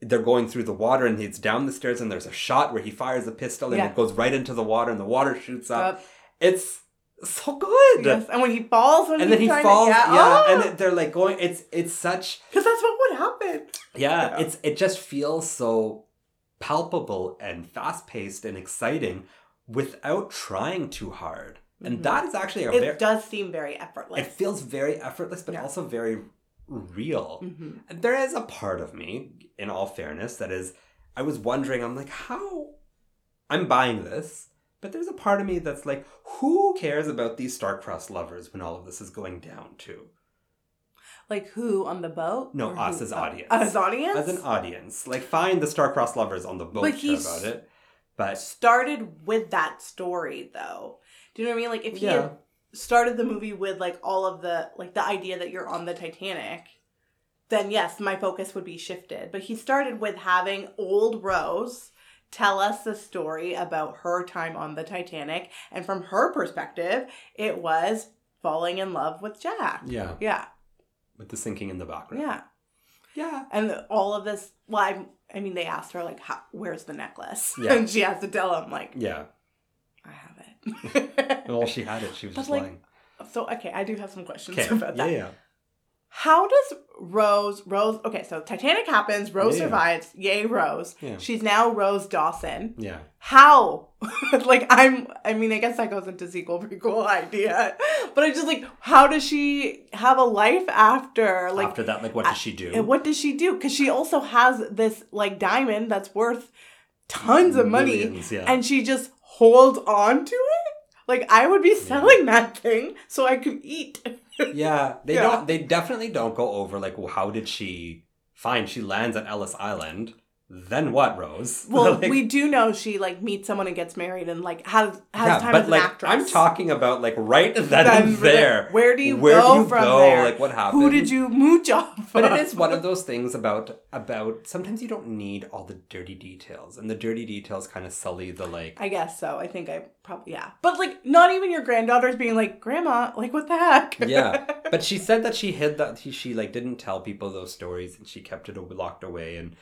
they're going through the water, and it's down the stairs, and there's a shot where he fires a pistol, and Yeah. it goes right into the water, and the water shoots up. Up. It's so good. Yes. And when he falls, when And then he's he trying falls. to, yeah, yeah. and they're like going. It's it's such. because that's what would happen. Yeah. Yeah, it's it just feels so palpable and fast paced and exciting without trying too hard. And Mhm. that is actually a It very does seem very effortless. it feels very effortless but Yeah. also very real Mhm. there is a part of me in all fairness that is i was wondering i'm like how i'm buying this but there's a part of me that's like who cares about these star-crossed lovers when all of this is going down to Like who on the boat? No, Or who- us as oh, audience. Us audience? as an audience like find the star-crossed lovers on the boat But care he's- about it but started with that story though. Do you know what I mean? Like if he Yeah. had started the movie with like all of the like the idea that you're on the Titanic, then yes, my focus would be shifted. But he started with having old Rose tell us the story about her time on the Titanic and from her perspective, it was falling in love with Jack. yeah Yeah. with the sinking in the background Yeah. yeah And all of this well, I'm, I mean they asked her like how, where's the necklace? Yeah. and she has to tell him like yeah I have it. well she had it she was But, just like, lying So okay, I do have some questions okay about yeah that. yeah How does Rose Rose okay, so Titanic happens, Rose Yeah. survives, yay Rose. Yeah. She's now Rose Dawson. yeah How? like I'm I mean, I guess that goes into sequel prequel idea. But I just like how does she have a life after like after that like what does she do and what does she do? Cuz she also has this like diamond that's worth tons of money Millions, yeah. and she just holds on to it? Like I would be selling that thing so I could eat. Yeah, they Yeah. don't. They definitely don't go over like well, how did she find? She lands at Ellis Island, then what, Rose? Well, Like, we do know she like meets someone and gets married and like has has yeah, time but as like an actress. I'm talking about like right then, Then and there. Where do you Where go do you from go? there? Like what happened? Who did you mooch off? But it is one of those things about about sometimes you don't need all the dirty details, and the dirty details kind of sully the like. I guess so. I think I probably yeah. But like not even your granddaughters being like, Grandma, like what the heck? yeah, but she said that she hid that he, she like didn't tell people those stories, and she kept it locked away. And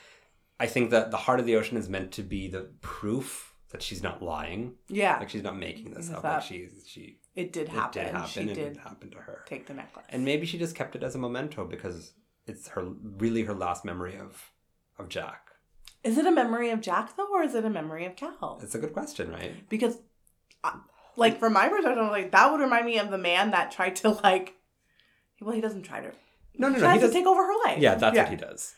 I think that the heart of the ocean is meant to be the proof that she's not lying, yeah. like she's not making this This up. up. Like she she It did it happen. did happen. She and did it happened to her. take the necklace. and maybe she just kept it as a memento because it's her really her last memory of of Jack. is it a memory of Jack though, or is it a memory of Cal? It's a good question, right? Because, I, like, from my perspective, I'm like that would remind me of the man that tried to like. Well, he doesn't try to. No, no, he no. tries He to does. take over her life. Yeah, that's what he does.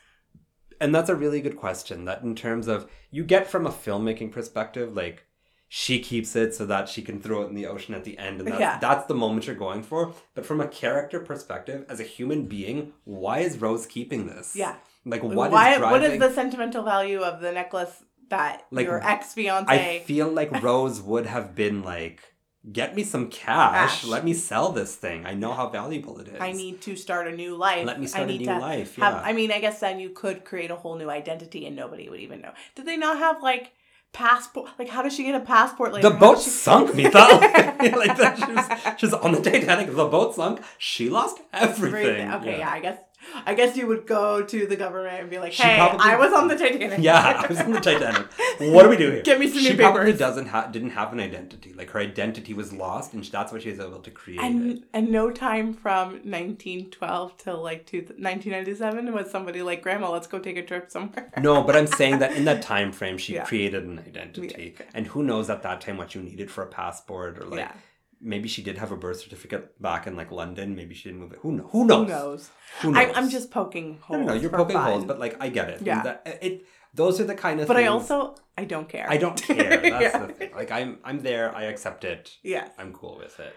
And that's a really good question. That in terms of you get from a filmmaking perspective, like she keeps it so that she can throw it in the ocean at the end, and that's, Yeah. that's the moment you're going for. But from a character perspective, as a human being, why is Rose keeping this? Yeah. Like Like, what is Why? driving? what is the sentimental value of the necklace that Like, your ex I fiance? feel like Rose would have been like, "Get me some cash. Cash. Let me sell this thing. I know how valuable it is. I need to start a new life. Let me start I a need new to life. Have, yeah. I mean, I guess then you could create a whole new identity and nobody would even know. Did they not have like passport? Like, how does she get a passport? Later? The How boat does she- sunk, Mita. like that, she was, she was on the Titanic. The boat sunk. She lost everything. Everything. Okay, yeah. yeah. I guess I guess you would go to the government and be like, She "Hey, probably- I was on the Titanic." Yeah, I was on the Titanic. What do we do here? Give me some she new probably papers. doesn't ha- didn't have an identity. Like her identity was lost, and that's why she was able to create it. And and no time from 1912 till like two, 1997 was somebody like, "Grandma, let's go take a trip somewhere." No, but I'm saying that in that time frame, she Yeah. created an identity, Yeah, okay. and who knows at that time what you needed for a passport or like yeah, maybe she did have a birth certificate back in like London. Maybe she didn't move it. Who, kn- who knows? who knows? Who I, knows? I'm just poking No, holes. no, no, you're for poking fun. holes, but like I get it. Yeah. That- uh, it. Those are the kind of. but I things- also I don't care. I don't care. That's Yeah. the thing. Like I'm, I'm there. I accept it. Yes. I'm cool with it.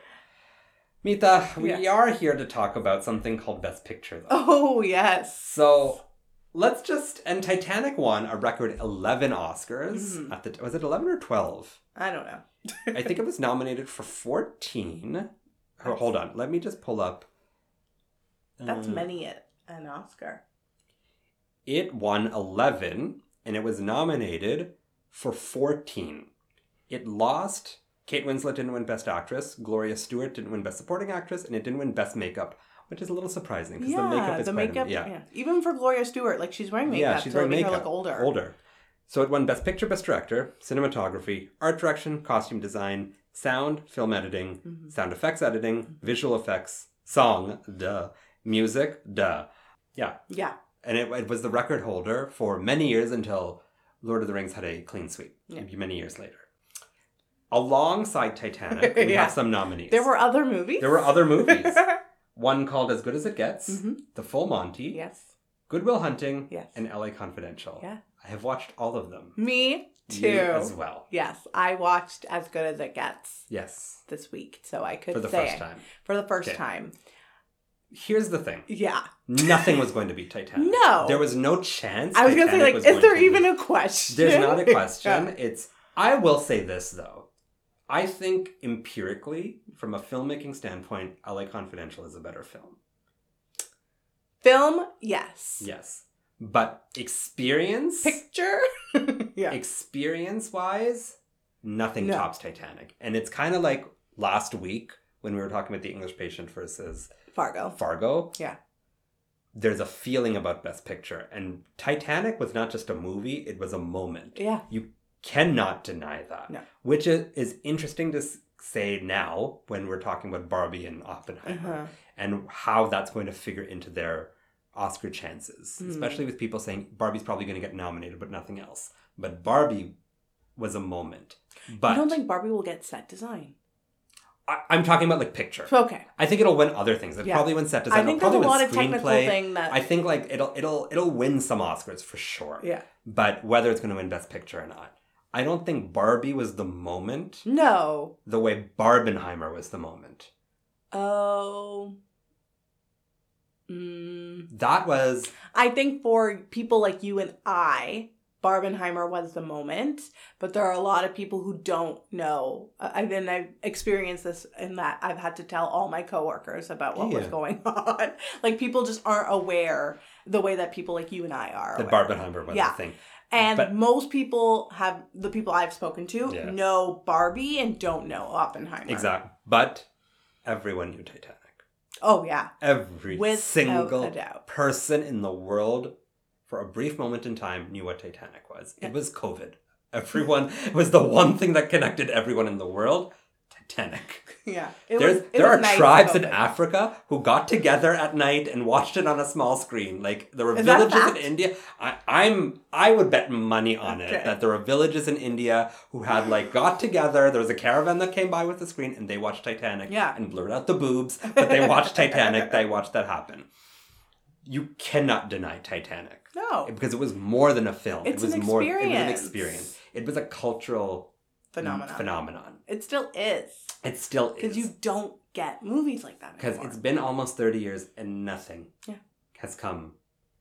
Mita, we Yes. are here to talk about something called Best Picture, though. Oh yes. So let's just and Titanic won a record eleven Oscars Mhm. at the was it eleven or twelve? I don't know. I think it was nominated for fourteen. Ho- Hold on, let me just pull up. That's Uh, many at an Oscar. It won 11 and it was nominated for 14. It lost. Kate Winslet didn't win Best Actress. Gloria Stewart didn't win Best Supporting Actress, and it didn't win Best Makeup, which is a little surprising because the makeup is quite am- yeah. Even for Gloria Stewart, like she's wearing makeup. Yeah, she's to wearing make makeup. Her look older. Older. So it won Best Picture, Best Director, Cinematography, Art Direction, Costume Design, Sound, Film Editing, Mhm. Sound Effects Editing, Visual Effects, Song, duh, Music, duh. Yeah, Yeah. and it, it was the record holder for many years until Lord of the Rings had a clean sweep Yeah. many years later. Alongside Titanic, we Yeah. have some nominees. There were other movies. there were other movies. One called As Good as It Gets, Mhm. The Full Monty, Yes. Goodwill Hunting, Yes. and LA Confidential. Yeah. I have watched all of them. Me too. You as well. Yes, I watched As Good as It Gets Yes. this week, so I could For the say first it. time. for the first Okay. time. Here's the thing. Yeah, Nothing was going to beat Titanic. No. There was no chance. I was gonna say Titanic like, was is going there to even beat a question? There's not a question. It's I will say this though. I think empirically, from a filmmaking standpoint, LA Confidential is a better film. Film, yes. Yes. But experience Picture, yeah. experience wise, nothing No. tops Titanic. And it's kinda like last week when we were talking about the English patient versus Fargo. Fargo. Yeah. There's a feeling about Best Picture. And Titanic was not just a movie, it was a moment. Yeah, You cannot deny that. No. Which is, is interesting to s- say now when we're talking about Barbie and Oppenheimer uh-huh. and how that's going to figure into their Oscar chances, Mm. especially with people saying Barbie's probably going to get nominated, but nothing else. But Barbie was a moment. But I don't think Barbie will get set design. I, am talking about like picture. Okay, I think it'll win other things. It Yeah. probably win set design. I think it'll there's a probably lot win of technical screenplay. thing that I think like it'll it'll it'll win some Oscars for sure. yeah. But whether it's going to win Best Picture or not, I don't think Barbie was the moment No. the way Barbenheimer was the moment. Oh. Mm. That was I think for people like you and I, Barbenheimer was the moment, but there are a lot of people who don't know. Uh, I and I've experienced this in that I've had to tell all my coworkers about what was Yeah. going on. Like people just aren't aware the way that people like you and Oh, I are. The aware. Barbenheimer was Yeah. the thing. and but- most people have the people I've spoken to Yeah. know Barbie and don't know Oppenheimer. Exactly. But everyone knew Titanic. Oh yeah, Every Without single a doubt. person in the world for a brief moment in time knew what Titanic was. Yeah. It was COVID. Everyone it was the one thing that connected everyone in the world. Titanic. yeah. It There's, was- it there was are nice tribes in COVID. Africa who got together at night and watched it on a small screen. Like there were Is that a villages in fact? India. I, I'm I would bet money on Okay. it that there were villages in India who had like got together. There was a caravan that came by with a screen and they watched Titanic. Yeah. and blurred out the boobs, but they watched Titanic. They watched that happen. You cannot deny Titanic No, because it was more than a film. It's it was an more. It was an experience. experience. It was a cultural phenomenon. phenomenon. It still is It still is because you don't get movies like that because anymore. it's been almost 30 years and nothing Yeah. has come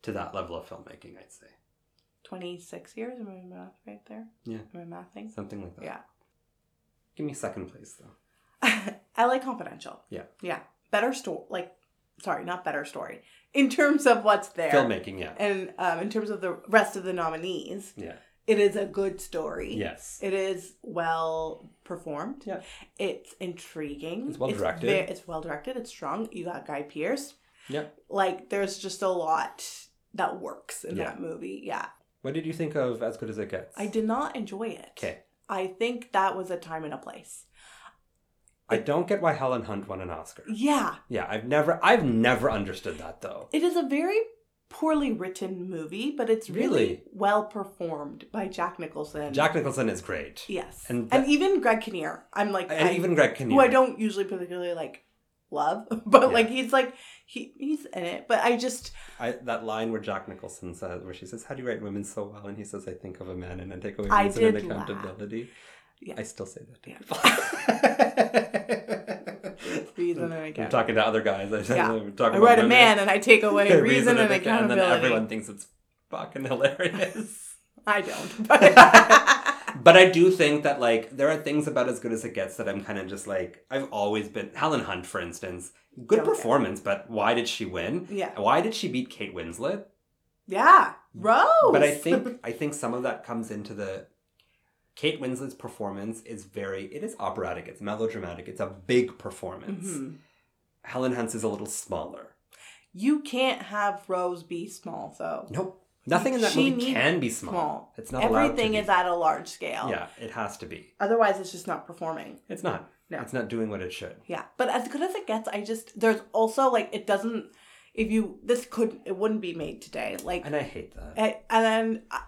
to that level of filmmaking i'd say 26 years. Am I math right there? Yeah. Am I mathing? something like that Yeah. give me second place though LA Confidential. Yeah. Yeah. Better story. Like, sorry, not better story. In terms of what's there. filmmaking yeah And um, in terms of the rest of the nominees, yeah it is a good story. yes It is well performed. Yeah. It's intriguing. It's well directed. ve- It's, well directed. It's strong. You got Guy Pearce. Yeah. Like, there's just a lot that works in Yeah. that movie. Yeah. what did you think of as good as it gets I did not enjoy it. okay I think that was a time and a place. i don't get why helen hunt won an oscar Yeah. yeah i've never i've never understood that though It is a very poorly written movie, but it's really, Really? well performed by Jack Nicholson. jack nicholson is great Yes. and And, that- even Greg Kinnear. I'm like and I- even greg kinnear who I don't usually particularly like love, but Yeah. like he's like he he's in it, but I just I, that line where jack nicholson says where she says how do you write women so well and he says i think of a man and i take away I women's and did laugh. accountability yeah. I still say that to Yeah. people. Reason and I'm accountability. talking to other guys. I, Yeah. I'm talking I about write a women. man and I take away reason, and account- accountability. And then everyone thinks it's fucking hilarious. I don't. But but I do think that, like, there are things about As Good As It Gets that I'm kind of just like, I've always been. Helen Hunt, for instance, good Don't care. performance, but why did she win? yeah. Why did she beat Kate Winslet? Yeah. Rose. Mm. But I think I think some of that comes into the Kate Winslet's performance is very it is operatic, it's melodramatic, it's a big performance. Mhm. Helen Hunt's is a little smaller. you can't have Rose be small though. Nope. Nothing in that She movie needs can be small. small. It's not allowed to Everything be. is at a large scale. Yeah, it has to be. Otherwise, it's just not performing. It's not. No. It's not doing what it should. Yeah. But as good as it gets, I just, there's also like, it doesn't, if you, this could, it wouldn't be made today. Like, And I hate that. I- Eh, and then, I-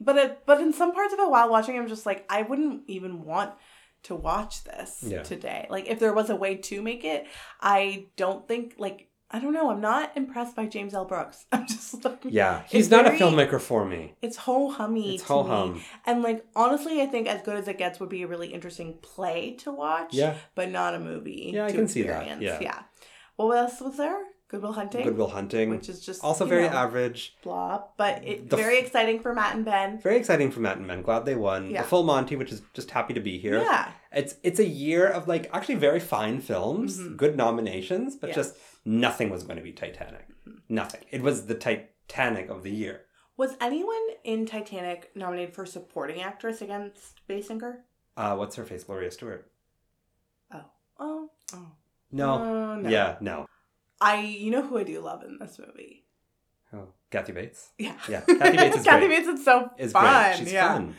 but it, but in some parts of it while watching, I'm just like, I wouldn't even want to watch this Yeah. today. Like, if there was a way to make it, I don't think, like, I don't know. I'm not impressed by James L. Brooks. I'm just like, Yeah. It's He's not very- a filmmaker for me. it's ho hummy. It's ho hum. And like honestly, I think as good as it gets would be a really interesting play to watch. Yeah. But not a movie. Yeah, I to can see that, experience. yeah. Yeah. What else was there? Goodwill Hunting. Goodwill hunting. Which is just also you very know, average. blah, but it, The f- very exciting for Matt and Ben. Very exciting for Matt and Men. Glad they won. Yeah. The Full Monty, which is just happy to be here. Yeah. It's it's a year of like actually very fine films, Mhm. good nominations, but Yeah. Mm-hmm. just nothing was going to be Titanic. Nothing. It was the Titanic of the year. Was anyone in Titanic nominated for supporting actress against Basinger? Uh, what's her face? Gloria Stewart. Oh. Oh. No. Oh, no. Yeah, no. I you know who I do love in this movie. Oh, Kathy Bates Yeah. Yeah, Kathy Bates is Kathy great. Bates is so is fun. great. She's yeah. fun.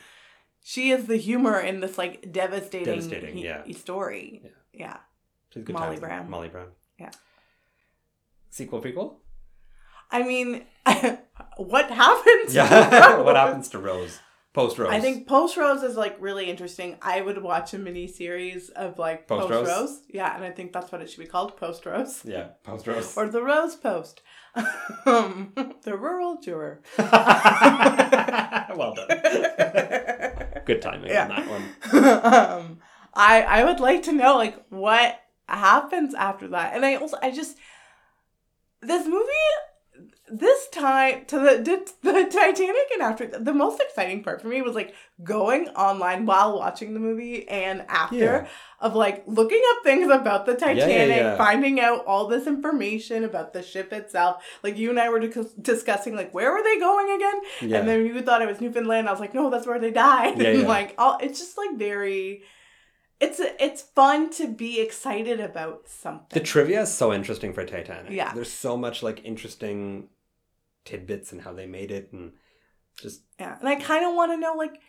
She is the humor in this like devastating, Devastating, he- yeah. story. Yeah. Yeah. She's good. Molly times. Brown. Molly Brown. Yeah. Sequel prequel. I mean, what happens? Yeah. what happens to Rose? Post Rose. I think Post Rose is like really interesting. I would watch a mini series of like Post Post Rose? Rose. Yeah, and I think that's what it should be called, Post Rose. Yeah. Post Rose. Or the Rose Post. um, the rural juror. well done. Good timing Yeah. on that one. um, I I would like to know like what happens after that, and I also I just this movie this time to the did the Titanic and after the most exciting part for me was like going online while watching the movie and after Yeah. of like looking up things about the Titanic, yeah. finding out all this information about the ship itself. Like you and I were dis- discussing like where were they going again? Yeah. And then you thought it was Newfoundland. I was like, no, that's where they died. Yeah, and yeah. like all it's just like very it's it's fun to be excited about something. The trivia is so interesting for Titanic. Yeah. There's so much like interesting tidbits and how they made it and just Yeah, and I kind of want to know like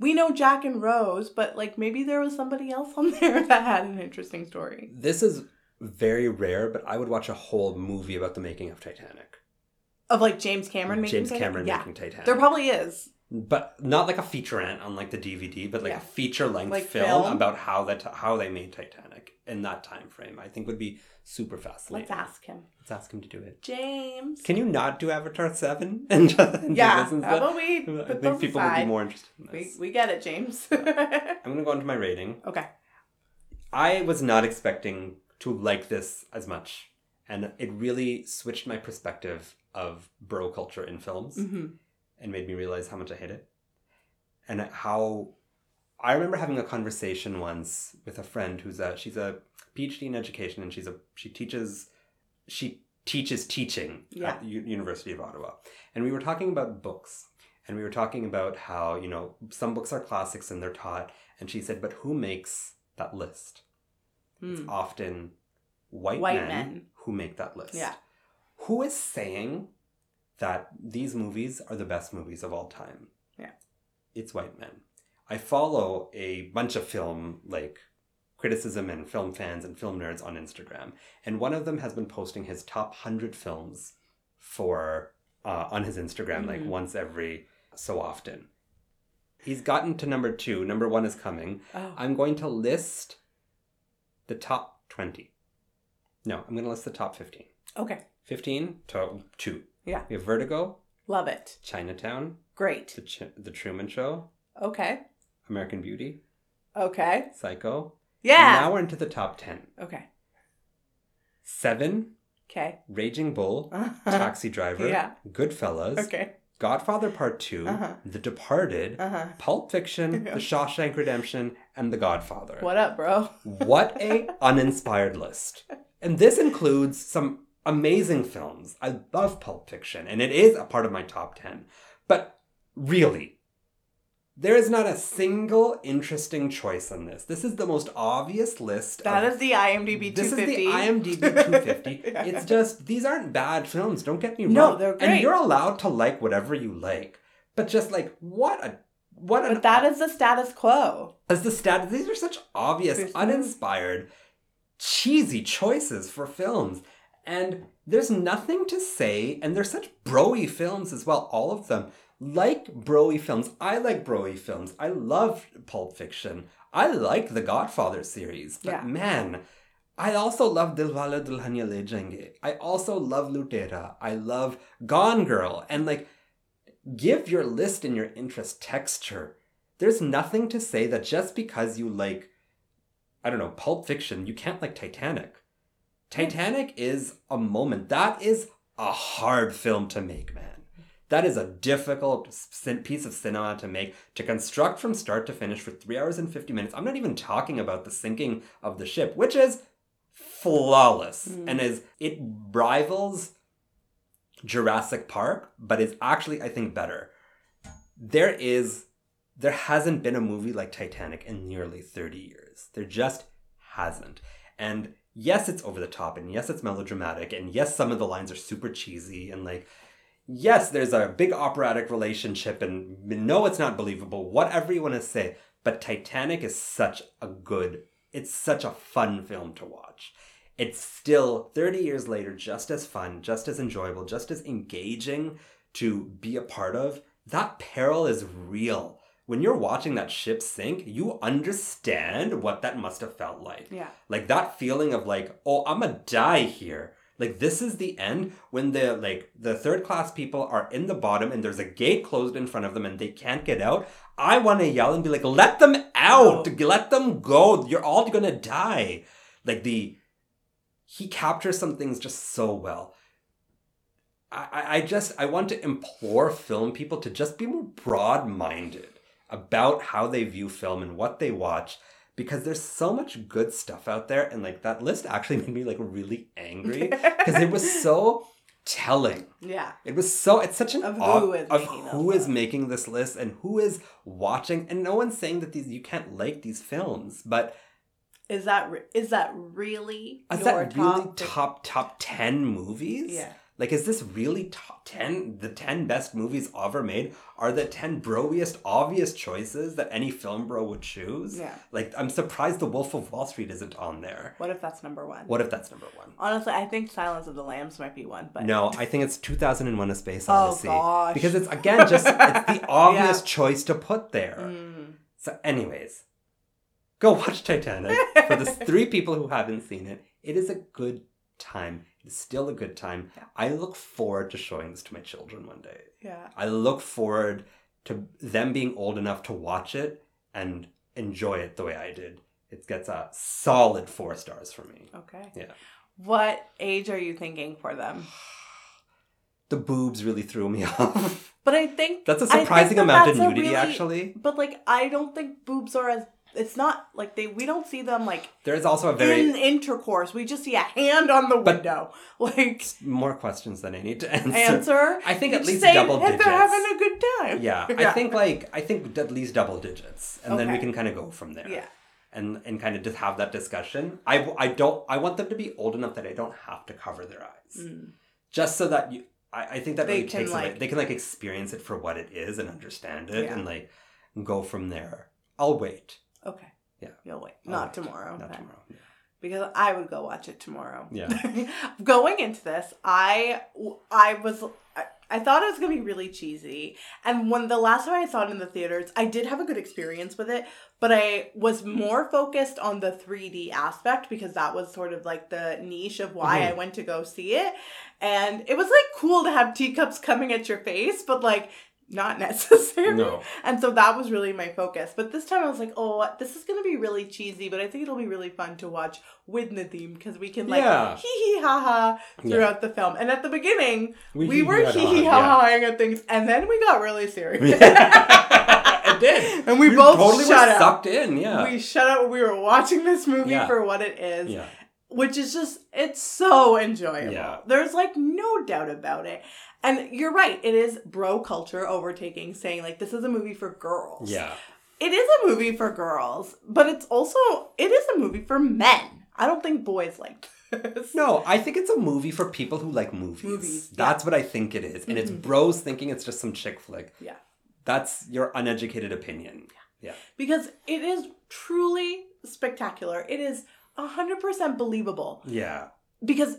we know Jack and Rose, but like maybe there was somebody else on there that had an interesting story. this is very rare, but I would watch a whole movie about the making of Titanic. Of like James Cameron making James something? Cameron Yeah. making Titanic. There probably is. but not like a featurette on like the DVD, but like Yeah. a feature length Like film, film? about how that how they made Titanic in that time frame. I think would be super fascinating. Let's ask him. Let's ask him to do it. James. Can you not do Avatar Seven and just, and just yeah, listen to how that? about we I put think those people would aside? be more interested in we, this. we get it, James. I'm gonna go on to my rating. okay. I was not expecting to like this as much, and it really switched my perspective of bro culture in films hmm and made me realize how much I hate it. And how I remember having a conversation once with a friend who's a she's a PhD in education and she's a she teaches she teaches teaching Yeah. at the U- University of Ottawa. And we were talking about books and we were talking about how, you know, some books are classics and they're taught and she said, "But who makes that list?" Mm. It's often white, Hmm. White men, men. who make that list. Yeah. Who is saying that these movies are the best movies of all time? Yeah. It's white men. I follow a bunch of film like criticism and film fans and film nerds on Instagram, and one of them has been posting his top 100 films for uh, on his Instagram like Mhm. once every so often. He's gotten to number 2. Number 1 is coming. Oh. I'm going to list the top 20. No, I'm going to list the top 15. Oh, Okay. 15 to 2. Yeah. We have Vertigo, Love it. Chinatown, Great. The, Ch- the Truman Show, Okay. American Beauty, Okay. Psycho. Yeah. Now we're into the top 10. okay. 7, Okay. Raging Bull, Uh-huh. Taxi Driver, Yeah. Goodfellas, Okay. Godfather Part 2, Uh-huh. The Departed, Uh-huh. Pulp Fiction, Yeah. The Shawshank Redemption, and The Godfather. What up, bro? What a uninspired list. And this includes some amazing films. I love Pulp Fiction, and it is a part of my top 10. But really, there is not a single interesting choice on this. This is the most obvious list. That of, is the IMDb 250. Um, This is the IMDb 250. It's just, these aren't bad films. Don't get me No, wrong. they're And great. you're allowed to like whatever you like. But just like, what a. What an But that is the status quo. as the stat, these are such obvious, Yes. uninspired, cheesy choices for films. And there's nothing to say, and they're such broy films as well, all of them. Like broy films. I like broy films. I love Pulp Fiction. I like the Godfather series. But Yeah. man, I also love Dilwale Dulhania Le Jayenge. I also love Lutera. I love Gone Girl. And like, give your list and your interest texture. There's nothing to say that just because you like, I don't know, Pulp Fiction, you can't like Titanic. Titanic is a moment. That is a hard film to make, man. That is a difficult cin- piece of cinema to make, to construct from start to finish for three hours and 50 minutes. I'm not even talking about the sinking of the ship, which is flawless Mm. and is, it rivals Jurassic Park, but is actually, I think, better. There is, there hasn't been a movie like Titanic in nearly 30 years. There just hasn't. And yes, it's over the top, and yes, it's melodramatic, and yes, some of the lines are super cheesy, and like, yes, there's a big operatic relationship, and no, it's not believable, whatever you want to say, but Titanic is such a good, it's such a fun film to watch. It's still 30 years later just as fun, just as enjoyable, just as engaging to be a part of. That peril is real. When you're watching that ship sink, you understand what that must have felt like Yeah. like that feeling of like oh i'm gonna die here like this is the end when the like the third class people are in the bottom and there's a gate closed in front of them and they can't get out i want to yell and be like let them out let them go you're all gonna die like the he captures some things just so well I, I- I just I want to implore film people to just be more broad minded about how they view film and what they watch because there's so much good stuff out there and like that list actually made me like really angry because it was so telling. Yeah. It was so it's such an Of who ob- is of making who those is making this list and who is watching and no one's saying that these you can't like these films but Is that re- is that really is your that really top? top top 10 movies? Yeah. Like, is this really top 10? The 10 best movies ever made are the 10 broiest, obvious choices that any film bro would choose? Yeah. Like, I'm surprised The Wolf of Wall Street isn't on there. What if that's number one? What if that's number one? Honestly, I think Silence of the Lambs might be one, but No, I think it's 2001 A Space Oh, Odyssey. gosh. Because it's, again, just it's the obvious Yeah. choice to put there. Mm. So, anyways, go watch Titanic for the three people who haven't seen it. It is a good time. It's still a good time. Yeah. I look forward to showing this to my children one day. yeah, I look forward to them being old enough to watch it and enjoy it the way I did. It gets a solid four stars for me. okay. Yeah. What age are you thinking for them? The boobs really threw me off. But I think That's a I think surprising that amount of that's a nudity, really- actually. But like, I don't think boobs are as. It's not like they. We don't see them like There is also a very in intercourse. We just see a hand on the But- window, like more questions than I need to answer. answer. I think You at just least say double that digits. They're having a good time. yeah, I think like I think at least double digits, and then we Okay. can kind of go from there. Yeah. and and kind of just have that discussion. I I don't I want them to be old enough that I don't have to cover their eyes, Mm. just so that you. I, I think that They really can, takes away. like- They can like experience it for what it is and understand it, Yeah. and like go from there. I'll wait. Okay. Yeah. You'll wait. I'll Not wait. tomorrow. Not okay. tomorrow. Yeah. because I would go watch it tomorrow. Yeah. Going into this, I I was I, I thought it was gonna be really cheesy, and when the last time I saw it in the theaters, I did have a good experience with it, but I was more focused on the 3D aspect because that was sort of like the niche of why Mm-hmm. I went to go see it, and it was like cool to have teacups coming at your face, but like not necessary. No. And so that was really my focus. But this time I was like, oh, this is going to be really cheesy, but I think it'll be really fun to watch with Nadim because we can like Yeah. hee hee ha ha throughout the film. And at the beginning, we, were had hee hee on, ha yeah. haing at things, and then we got really serious. it did. And we both totally shut were up. sucked in. Yeah. We shut up. We were watching this movie Yeah. for what it is, yeah. which is just, it's so enjoyable. Yeah. There's like no doubt about it. And you're right, it is bro culture overtaking, saying like, this is a movie for girls. Yeah. It is a movie for girls, but it's also it is a movie for men. I don't think boys like this. No, I think it's a movie for people who like movies. Movies, yeah. Mm-hmm. That's what I think it is. And it's bros thinking it's just some chick flick. Yeah. That's your uneducated opinion. Yeah. Because it is truly spectacular. It is 100% believable Yeah. because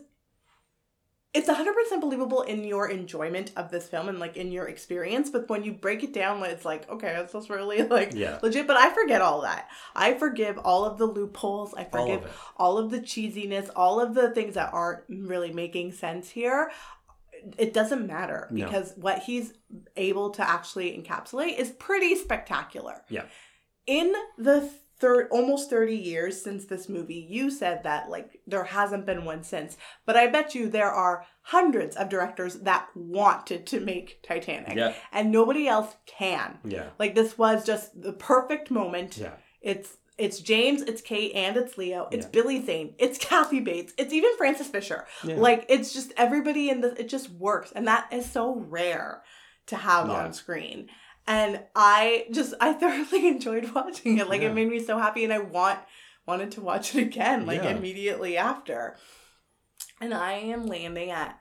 it's 100% believable in your enjoyment of this film and like in your experience, but when you break it down it's like, okay, this is really like Yeah. legit, but I forget all that. I forgive all of the loopholes. I All forgive of it. all of the cheesiness, all of the things that aren't really making sense here, it doesn't matter No. because what he's able to actually encapsulate is pretty spectacular. Yeah. In the third almost 30 years since this movie, you said that like there hasn't been one since, but I bet you there are hundreds of directors that wanted to make Titanic Yeah. and nobody else can. Yeah. Like this was just the perfect moment Yeah. it's it's James, it's Kate, and it's Leo. It's Yeah. Billy Zane. It's Kathy Bates. It's even Francis Fisher. Yeah. Like it's just everybody in this. It just works, and that is so rare to have Yeah. on screen. And I just I thoroughly enjoyed watching it. Like Yeah. it made me so happy, and I want wanted to watch it again. Like Yeah. immediately after. And I am landing at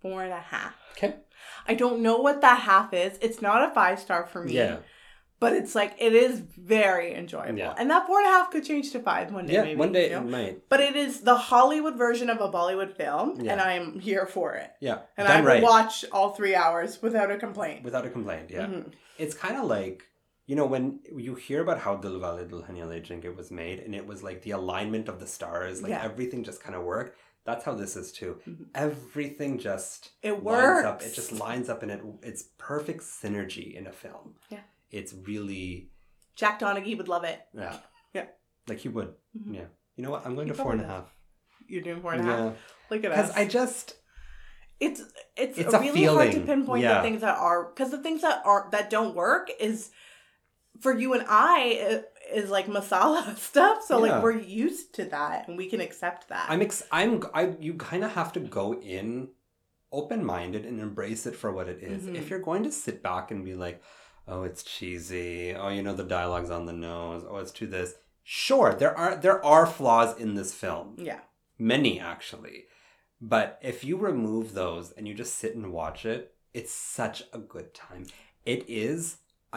four and a half. Okay. I don't know what that half is. It's not a five star for me Yeah. but it's like it is very enjoyable. Yeah. And that four and a half could change to five one day. Yeah. maybe, One day you know? it might. But it is the Hollywood version of a Bollywood film, Yeah. and I am here for it. Yeah. And Done I will right. watch all three hours without a complaint. Without a complaint. Yeah. Mhm. It's kind of like. You know, when you hear about how Dilwale Dulhania Le Jenge was made, and it was like the alignment of the stars, like Yeah. everything just kind of worked. That's how this is too. Mhm. Everything just It lines works. up. It just lines up, and it it's perfect synergy in a film. Yeah. it's really Jack Donaghy would love it. yeah Yeah. Like he would. Mhm. Yeah. You know what? I'm going He to four and a probably half. You're doing four and a half. Look at Because us. I just it's it's, It's a really hard to feeling, pinpoint yeah. the things that are because the things that are that don't work is for you and I i- is like masala stuff. So Yeah. like we're used to that and we can accept that. I'm ex- I'm I you kind of have to go in open-minded and embrace it for what it is. Mhm. If you're going to sit back and be like, "Oh, it's cheesy. Oh, you know the dialogue's on the nose. Oh, it's too this." Sure, there are there are flaws in this film. yeah. Many actually. But if you remove those and you just sit and watch it, it's such a good time. It is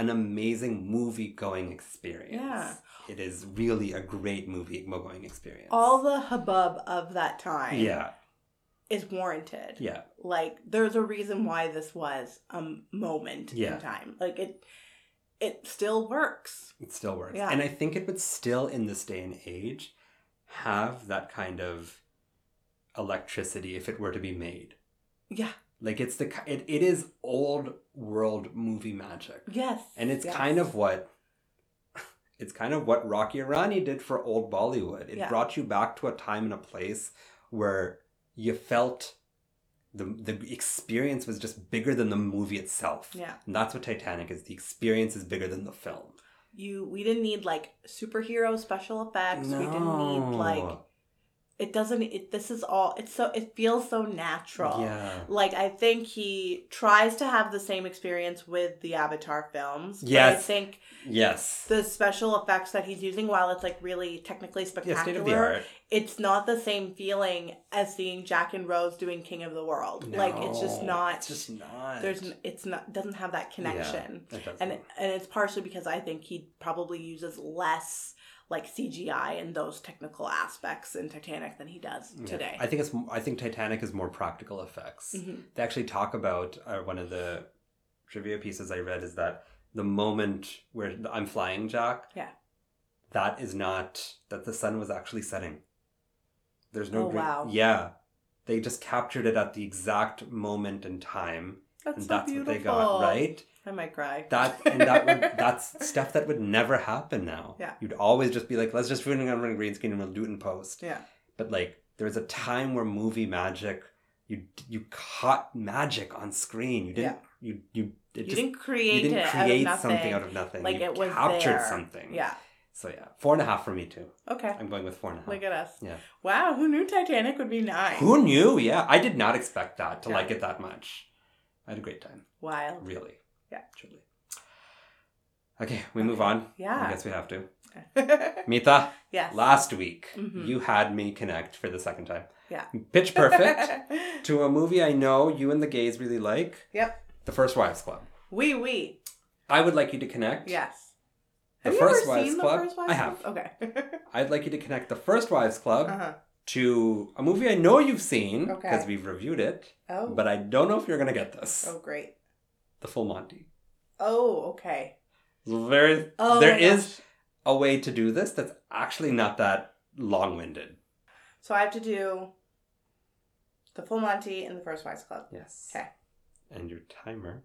an amazing movie going experience. Yeah. It is really a great movie going experience. All the hubbub of that time Yeah. is warranted. Yeah. Like there's a reason why this was a moment Yeah. in time. Like it it still works. It still works. Yeah. And I think it would still, in this day and age, have that kind of electricity if it were to be made. Yeah. Like it's the ki- it, it is old world movie magic. Yes. And it's Yes. kind of what it's kind of what Rocky Rani did for old Bollywood. It Yeah. brought you back to a time and a place where you felt the the experience was just bigger than the movie itself. Yeah. And that's what Titanic is. The experience is bigger than the film. You we didn't need like superhero special effects. We didn't need No. like it doesn't it this is all it's so it feels so natural. Yeah. Like I think he tries to have the same experience with the Avatar films. but I Yes. think Yes. the special effects that he's using while it's like really technically yeah, spectacular. state of the art. it's not the same feeling as seeing Jack and Rose doing King of the World. Like it's just No, not. It's just not. there's n- it's not doesn't have that connection, It doesn't. and and it's partially because I think he probably uses less like CGI and those technical aspects in Titanic than he does Yeah. today. I think it's. m- I think Titanic is more practical effects. Mhm. They actually talk about uh, one of the trivia pieces I read is that the moment where the- I'm flying Jack. Yeah. That is not that the sun was actually setting. There's no. Oh, green- wow. Yeah. They just captured it at the exact moment in time, That's and so that's beautiful, what they got right. I might cry. That and that would that's stuff that would never happen now. Yeah. You'd always just be like, let's just ruin it on a green screen and we'll do it in post. yeah. But like there was a time where movie magic you you caught magic on screen. You didn't you you it You just didn't create you didn't it create out of nothing. something out of nothing. like you it was captured there. something. Yeah. So yeah. Four and a half for me too. Okay. I'm going with four and a half. Look at us. Yeah. Wow. Who knew Titanic would be nine? Who knew? Yeah. I did not expect that to Yeah. like it that much. I had a great time. Wild. Really. Yeah. Truly. Okay, we move on. I Yeah. guess we have to. yes. Mita, last week Mhm. you had me connect for the second time. Yeah. Pitch Perfect to a movie I know you and the gays really like. Yep. The First Wives Club. Wee wee. I would like you to connect. Yes. The Have First you ever Wives seen Club? The First Wives I have. Club? Okay. I'd like you to connect The First Wives Club uh-huh. to a movie I know you've seen Okay. because we've reviewed it, Oh. but I don't know if you're going to get this. oh, great. The Full Monty. Oh, okay. Very, Oh, there my is gosh. a way to do this that's actually not that long winded. So I have to do the Full Monty and the First Wives Club. Yes. Okay. And your timer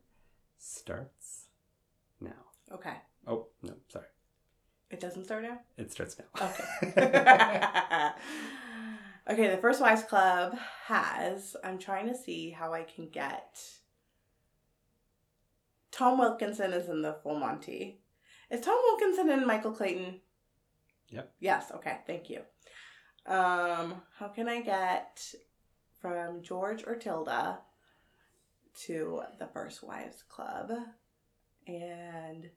starts now. Okay. Oh, no, sorry. It doesn't start now. It starts now. Okay. okay. The First Wives Club has. I'm trying to see how I can get. Tom Wilkinson is in the Full Monty. Is Tom Wilkinson and Michael Clayton? Yep. Yes. Okay. Thank you. Um, how can I get from George or Tilda to the First Wives Club? And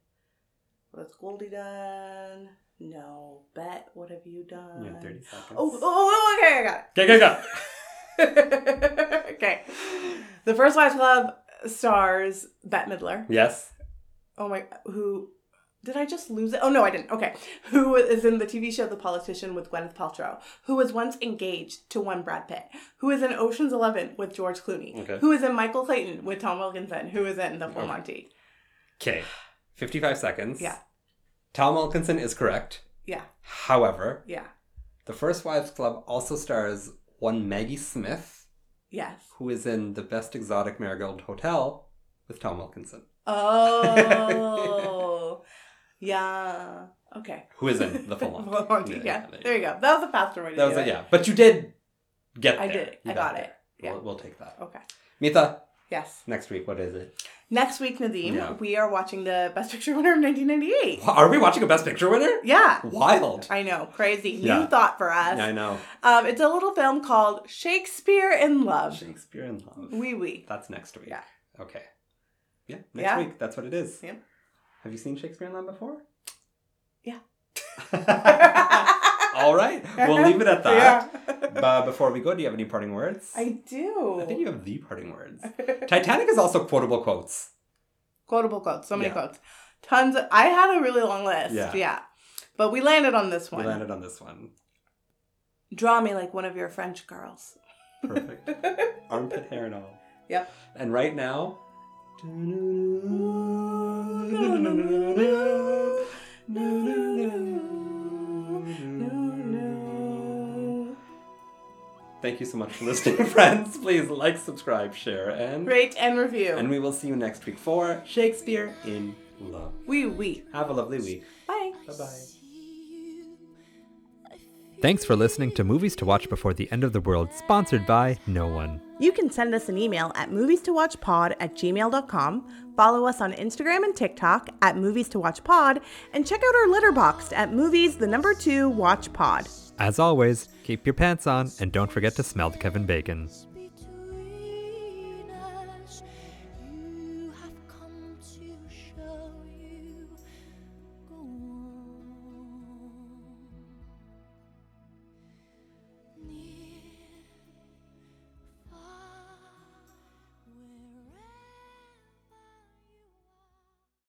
what's Goldie done? No. Bet. What have you done? you have 30 seconds. Oh, oh, oh, okay, I got Okay, go, go. it. okay. The First Wives Club stars Bette Midler. Yes. Oh my, who, did I just lose it? Oh no, I didn't. Okay. Who is in the TV show The Politician with Gwyneth Paltrow, who was once engaged to one Brad Pitt, who is in Ocean's Eleven with George Clooney, Okay. who is in Michael Clayton with Tom Wilkinson, who is in The Full Okay. Monty. Okay. 55 seconds. Yeah. Tom Wilkinson is correct. Yeah, However, yeah, The First Wives Club also stars one Maggie Smith, yes. who is in The Best Exotic Marigold Hotel with Tom Wilkinson, Oh, yeah. Okay. who is in The Full Monty. Full Monty, Yeah, there you go. That was a faster way to That do was it. it, yeah. But you did get I there. did. You I got there. it. Yeah. We'll, we'll take that. Okay. Mitha, Yes. next week, what is it? Next week, Nadim, Yeah. we are watching the Best Picture winner of 1998. Are we watching a Best Picture winner? Yeah. Wild. I know, crazy. Yeah. New thought for us. Yeah, I know. Um, it's a little film called Shakespeare in Love. Shakespeare in Love. Wee wee. That's next week. Um, Yeah. Okay. Yeah, next Yeah. week. That's what it is. Yeah. Have you seen Shakespeare in Love before? Yeah. All right. We'll leave it at that. Yeah. But before we go, do you have any parting words? I do. I think you have the parting words. Titanic is also quotable quotes. Quotable quotes. So many Yeah. quotes. Tons. Of, I had a really long list. Yeah. Yeah. But we landed on this We one. landed on this one. Draw me like one of your French girls. Perfect. Armpit hair and all. Yep. And right now. Thank you so much for listening, friends. Please like, subscribe, share, and Rate and review. and we will see you next week for Shakespeare in Love. wee wee. Have a lovely week. Bye. Bye bye. Thanks for listening to Movies to Watch Before the End of the World, sponsored by No One. You can send us an email at movies to watch pod at gmail.com, follow us on Instagram and TikTok at movies to watch pod, and check out our letterboxd at movies the number two watch pod. As always, keep your pants on and don't forget to smell the Kevin Bacon.